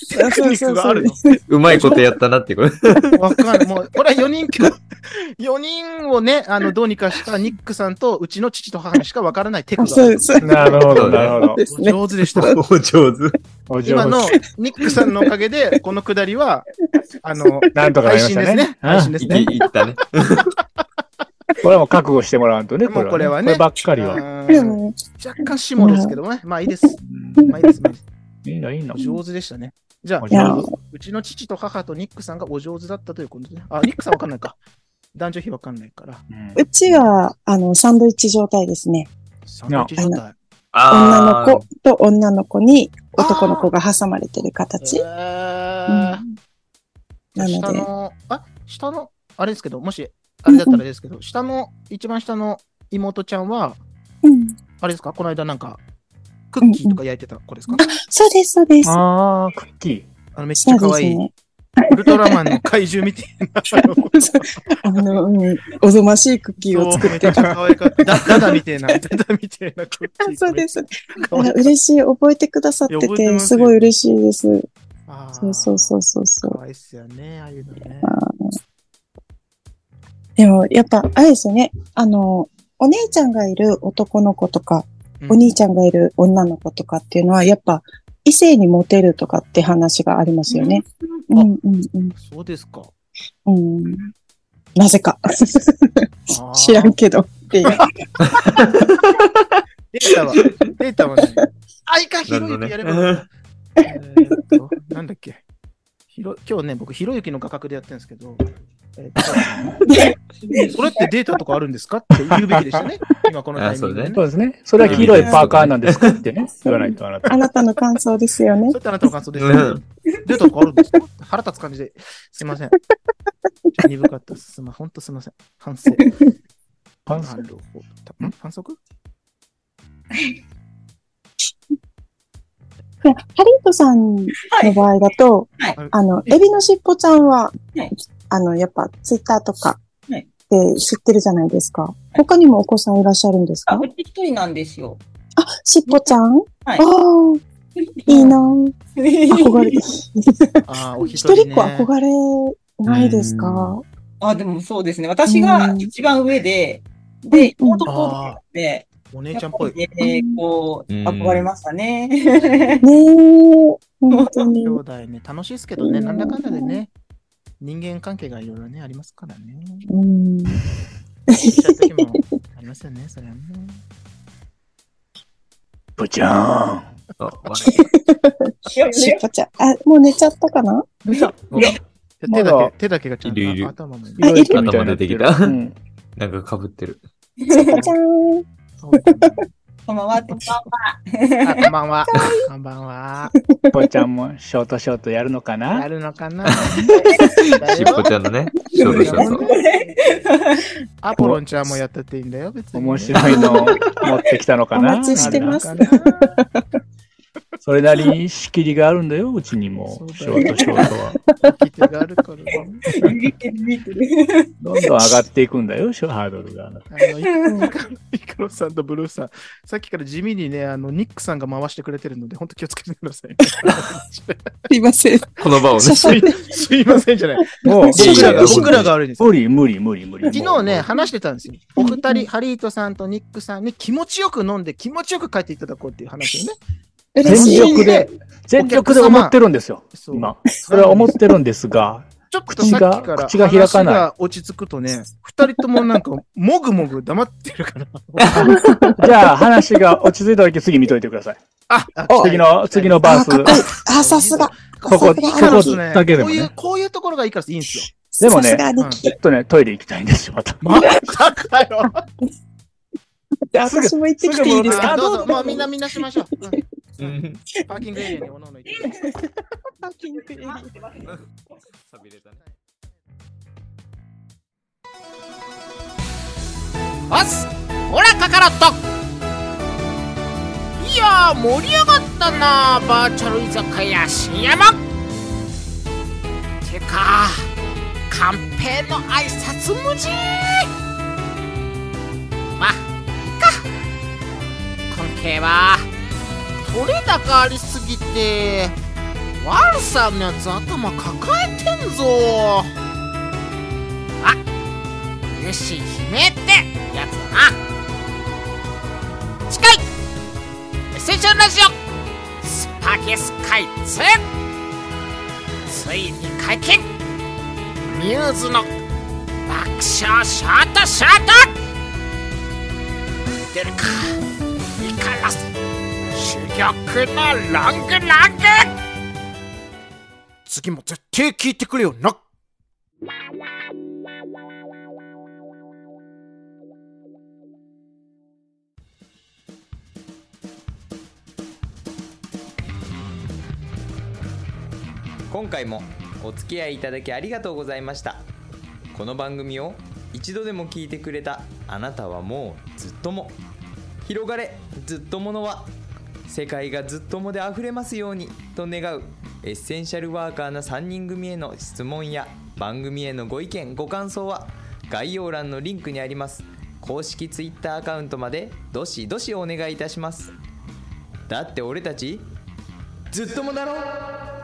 [SPEAKER 1] クニックがあるの
[SPEAKER 3] うまいことやったなってこと。
[SPEAKER 1] わかんない。もう、これは4人きょ、4人をね、あの、どうにかしたニックさんとうちの父と母にしかわからないテク
[SPEAKER 4] あ
[SPEAKER 1] が
[SPEAKER 4] そ
[SPEAKER 1] あ
[SPEAKER 4] う
[SPEAKER 1] る
[SPEAKER 4] で。す。そ
[SPEAKER 2] *laughs*
[SPEAKER 4] う
[SPEAKER 2] なるほど、なるほど。
[SPEAKER 4] ですね。
[SPEAKER 1] 上手でした。
[SPEAKER 3] *laughs* お上手。
[SPEAKER 2] お上
[SPEAKER 1] 今の
[SPEAKER 2] 手。
[SPEAKER 1] ニックさんのおかげで、このくだりは、あの、
[SPEAKER 2] なんとかな
[SPEAKER 1] 配
[SPEAKER 2] りまし
[SPEAKER 1] 信
[SPEAKER 2] た
[SPEAKER 1] です
[SPEAKER 2] ね
[SPEAKER 1] ね。。配信ですね。
[SPEAKER 3] いいったね。
[SPEAKER 2] これはもう覚悟してもらわんとね、
[SPEAKER 1] もうこ
[SPEAKER 2] こ
[SPEAKER 1] れ
[SPEAKER 2] れ
[SPEAKER 1] は
[SPEAKER 2] は
[SPEAKER 1] ね
[SPEAKER 2] ね。こればっかりは。
[SPEAKER 1] うん若干下ですけどもね。まあいいです。まあいいです。まあいいです
[SPEAKER 2] いいの、いいの。
[SPEAKER 1] 上手でしたね。じゃあ
[SPEAKER 2] お、
[SPEAKER 4] いや、
[SPEAKER 2] 上手
[SPEAKER 1] うちの父と母とニックさんがお上手だったということで、ね。あ、ニックさんわかんないか。男女比わかんないから。
[SPEAKER 2] うん
[SPEAKER 4] うちは、あの、サンドイッチ状態ですね。
[SPEAKER 1] サンドイッチ状態。
[SPEAKER 4] 女の
[SPEAKER 3] あー
[SPEAKER 4] 子と女の子に男の子が挟まれてる形。
[SPEAKER 1] え
[SPEAKER 4] な
[SPEAKER 1] ー、
[SPEAKER 4] の
[SPEAKER 1] 下
[SPEAKER 4] で、
[SPEAKER 1] の、あ、下の、あれですけど、もし、あれだったらあれですけど、下の、一番下の妹ちゃんは、
[SPEAKER 4] うん。
[SPEAKER 1] あれですかこの間なんか、クッキーとか焼いてた子ですか、
[SPEAKER 4] そうです、そうです。
[SPEAKER 2] あー、クッキー。
[SPEAKER 1] あの、めっち
[SPEAKER 4] そ
[SPEAKER 1] ゃ
[SPEAKER 4] うで
[SPEAKER 1] 可
[SPEAKER 4] す
[SPEAKER 1] 愛い、
[SPEAKER 4] ね。
[SPEAKER 1] ウルトラマンの怪獣みたいな。
[SPEAKER 4] *laughs* あの、うん、おぞましいクッキーを
[SPEAKER 1] そ
[SPEAKER 4] 作
[SPEAKER 1] うめっちゃ可愛かった。ダダダみたい
[SPEAKER 4] *laughs*
[SPEAKER 1] な、ダダみたいなクッキ
[SPEAKER 4] っ
[SPEAKER 1] ー。
[SPEAKER 4] そうです。
[SPEAKER 1] めっちゃ可
[SPEAKER 4] あ
[SPEAKER 1] 愛い。
[SPEAKER 4] 嬉しい。覚えてくださっ
[SPEAKER 1] いや
[SPEAKER 4] て
[SPEAKER 1] 覚えてま
[SPEAKER 4] て、
[SPEAKER 1] すよ
[SPEAKER 4] すごい嬉しいです。
[SPEAKER 1] あー
[SPEAKER 4] そうそうそうそうそう。
[SPEAKER 1] 可愛いっすよね、ああいうのね。
[SPEAKER 4] でも、やっぱ、あれですよね。あの、お姉ちゃんがいる男の子とか、
[SPEAKER 1] うん
[SPEAKER 4] お兄ちゃんがいる女の子とかっていうのは、やっぱ、異性にモテるとかって話がありますよね。うんんうんうん。
[SPEAKER 1] そうですか。
[SPEAKER 4] うん、なぜか。
[SPEAKER 1] あー
[SPEAKER 4] *laughs* 知らんけどっていう。
[SPEAKER 1] データは、データは
[SPEAKER 4] *laughs*
[SPEAKER 1] ね、相川博之やればよかった、えーっとなんだっけ。ひろ今日ね、僕、ひろゆきの画角でやってるんですけど、えーっと
[SPEAKER 4] *laughs*
[SPEAKER 1] それってデータとかあるんですかって言うべきでしたね。今このタイミングで
[SPEAKER 3] あ
[SPEAKER 1] ね。
[SPEAKER 2] そうですね。それは黄色いパーカーなんですかってね、言わないとあなた。
[SPEAKER 4] あなたの感想ですよ
[SPEAKER 1] *laughs*
[SPEAKER 4] ね
[SPEAKER 1] そ。れってあなたの感想です
[SPEAKER 3] う
[SPEAKER 1] よね
[SPEAKER 3] ん。
[SPEAKER 1] データとかあるんですか腹立つ感じで、すいません。鈍かったです。すま、ほんとすいません。反省。
[SPEAKER 2] 反
[SPEAKER 1] なるほど。ん反則
[SPEAKER 4] ハリートさんの
[SPEAKER 8] はい。
[SPEAKER 4] 場合だと、
[SPEAKER 1] はい
[SPEAKER 4] あの、エビのしっぽちゃんは
[SPEAKER 8] はい、
[SPEAKER 4] あの、やっぱツイッターとか
[SPEAKER 8] は
[SPEAKER 4] で
[SPEAKER 8] い
[SPEAKER 4] 知ってるじゃないですか。他にもお子さんいらっしゃるんです
[SPEAKER 8] あ、
[SPEAKER 4] か
[SPEAKER 8] うち一人なんですよ。
[SPEAKER 4] あ、しっぽちゃんあ
[SPEAKER 8] は
[SPEAKER 4] あ
[SPEAKER 8] い
[SPEAKER 4] ー、いいなぁ憧れ、
[SPEAKER 1] ああ、お一
[SPEAKER 4] 一
[SPEAKER 1] 人、
[SPEAKER 4] 人
[SPEAKER 1] ね。
[SPEAKER 4] っ子憧れないですか
[SPEAKER 8] *laughs* あ、でもそうですね。私が一番上で、で、
[SPEAKER 4] うん
[SPEAKER 8] 妹とで、
[SPEAKER 1] お姉ちゃんっぽい。
[SPEAKER 8] やぱりねこう、
[SPEAKER 3] うん
[SPEAKER 8] 憧れましたね。 *laughs*
[SPEAKER 4] ねえ、本当に
[SPEAKER 1] 兄。弟ね、楽しいですけどね、なんだかんだでね、人間関係がいろいろね、ありますからね。
[SPEAKER 2] *laughs*
[SPEAKER 4] うん。 *laughs*
[SPEAKER 1] 言っちゃう時もありますよね、それはね。
[SPEAKER 2] ブちゃ
[SPEAKER 3] あ笑
[SPEAKER 8] いやい
[SPEAKER 4] し
[SPEAKER 8] や
[SPEAKER 4] っぽちゃん。あ、もう寝ちゃったか
[SPEAKER 8] *laughs*
[SPEAKER 4] な
[SPEAKER 3] いや
[SPEAKER 1] 手だ
[SPEAKER 2] まだ
[SPEAKER 1] け、手だけがちゃんと
[SPEAKER 3] いるいる
[SPEAKER 1] 頭もね
[SPEAKER 2] ーん。いろいろみたい
[SPEAKER 3] 頭
[SPEAKER 2] にな
[SPEAKER 3] 出
[SPEAKER 2] って
[SPEAKER 3] てき
[SPEAKER 2] る。
[SPEAKER 3] た。
[SPEAKER 2] うん。
[SPEAKER 3] なんか被ってる。
[SPEAKER 4] しっぽちゃん。
[SPEAKER 1] そうですね
[SPEAKER 8] こんばんは、こんばんは。
[SPEAKER 1] あこんばんは。こんばんは。
[SPEAKER 2] ぽちゃんもショートショートやるのか
[SPEAKER 1] や
[SPEAKER 2] な
[SPEAKER 1] るのかな
[SPEAKER 3] しっぽちゃんのね、ショートショート。
[SPEAKER 1] アポロンちゃんもやったっていいんだよ、別に。
[SPEAKER 2] 面白いのを持ってきたのかな
[SPEAKER 4] お待ちしてます
[SPEAKER 1] なるのかな
[SPEAKER 2] それなりに仕切りがあるんだよ、うちにも
[SPEAKER 1] そう。
[SPEAKER 2] シ
[SPEAKER 1] だ
[SPEAKER 2] ョ
[SPEAKER 1] よ
[SPEAKER 2] ートショートは。
[SPEAKER 1] 聞き手があるからね。
[SPEAKER 8] ビビってる、ビビってる。
[SPEAKER 2] どんどん上がっていくんだよ、ショハードルが。
[SPEAKER 1] あの、イクロイクロさんとブルーさん、さっきから地味にね、あの、ニックさんが回してくれてるので、本当気をつけてください。
[SPEAKER 4] すいません。
[SPEAKER 3] この場
[SPEAKER 2] *laughs*
[SPEAKER 3] をね
[SPEAKER 4] しゃ。しゃって
[SPEAKER 1] すいませんじゃない。
[SPEAKER 2] もう、
[SPEAKER 1] 僕ら
[SPEAKER 3] いやいや
[SPEAKER 1] が、僕らが悪いです。
[SPEAKER 2] 無理、無理、無理、無理。
[SPEAKER 1] 昨日ね、話してたんですよ。お二人、ハリートさんとニックさんに気持ちよく飲んで、気持ちよく帰っていただこうっていう話をね。
[SPEAKER 2] *laughs* 全
[SPEAKER 4] 嬉しい。
[SPEAKER 2] 力で、全力で思ってるんですよ。
[SPEAKER 1] そう
[SPEAKER 2] 今。それは思ってるんですが、
[SPEAKER 1] ちょっとさっきから
[SPEAKER 2] 口が口が開かない
[SPEAKER 1] 話が落ち着くとね、二人ともなんか、もぐもぐ黙ってるから。
[SPEAKER 2] じゃあ話が落ち着いた時次見といてください。
[SPEAKER 1] あ、
[SPEAKER 2] 次の、次のバ
[SPEAKER 4] あ、
[SPEAKER 2] ー
[SPEAKER 4] かっこいい
[SPEAKER 2] ス。。
[SPEAKER 4] あ、さすが。
[SPEAKER 2] ここ
[SPEAKER 4] さすが
[SPEAKER 2] こ
[SPEAKER 1] いいから
[SPEAKER 2] こ
[SPEAKER 1] っすね
[SPEAKER 2] だけで
[SPEAKER 1] こ
[SPEAKER 2] も
[SPEAKER 1] ういう
[SPEAKER 2] ね。、
[SPEAKER 1] こういうところがいいからいいんですよ。
[SPEAKER 2] でもね
[SPEAKER 4] さすがに
[SPEAKER 1] うん
[SPEAKER 2] ちょっとね、トイレ行きたいんですよ、また。
[SPEAKER 1] ま
[SPEAKER 2] *laughs*
[SPEAKER 1] たかよ。
[SPEAKER 4] 私も行ってきていいですか
[SPEAKER 1] どう
[SPEAKER 2] *laughs*
[SPEAKER 1] ぞ、もうみんなみんなしましょう。う
[SPEAKER 3] うんん
[SPEAKER 1] パーキングエリアにおのおの行って。
[SPEAKER 3] 寂れたね
[SPEAKER 9] おっすほらカカロットいやー盛り上がったなバーチャル居酒屋新山てか寛平の挨拶無事まあいっか今回は取れ高ありすぎてワルさんのやつ頭抱えてんぞあ嬉しい悲鳴ってやつだな近いエッセンシャルラジオスパゲスカイ2ついに解禁ミューズの爆笑ショートショート出るかイカラス珠玉のロングロング
[SPEAKER 1] 次も絶対聞いてくれよな。
[SPEAKER 3] 今回もお付き合いいただきありがとうございましたこの番組を一度でも聞いてくれたあなたはもうずっとも広がれずっとものは世界がずっともであふれますようにと願うエッセンシャルワーカーな3人組への質問や番組へのご意見ご感想は概要欄のリンクにあります公式 Twitter アカウントまでどしどしお願いいたしますだって俺たちずっともだろ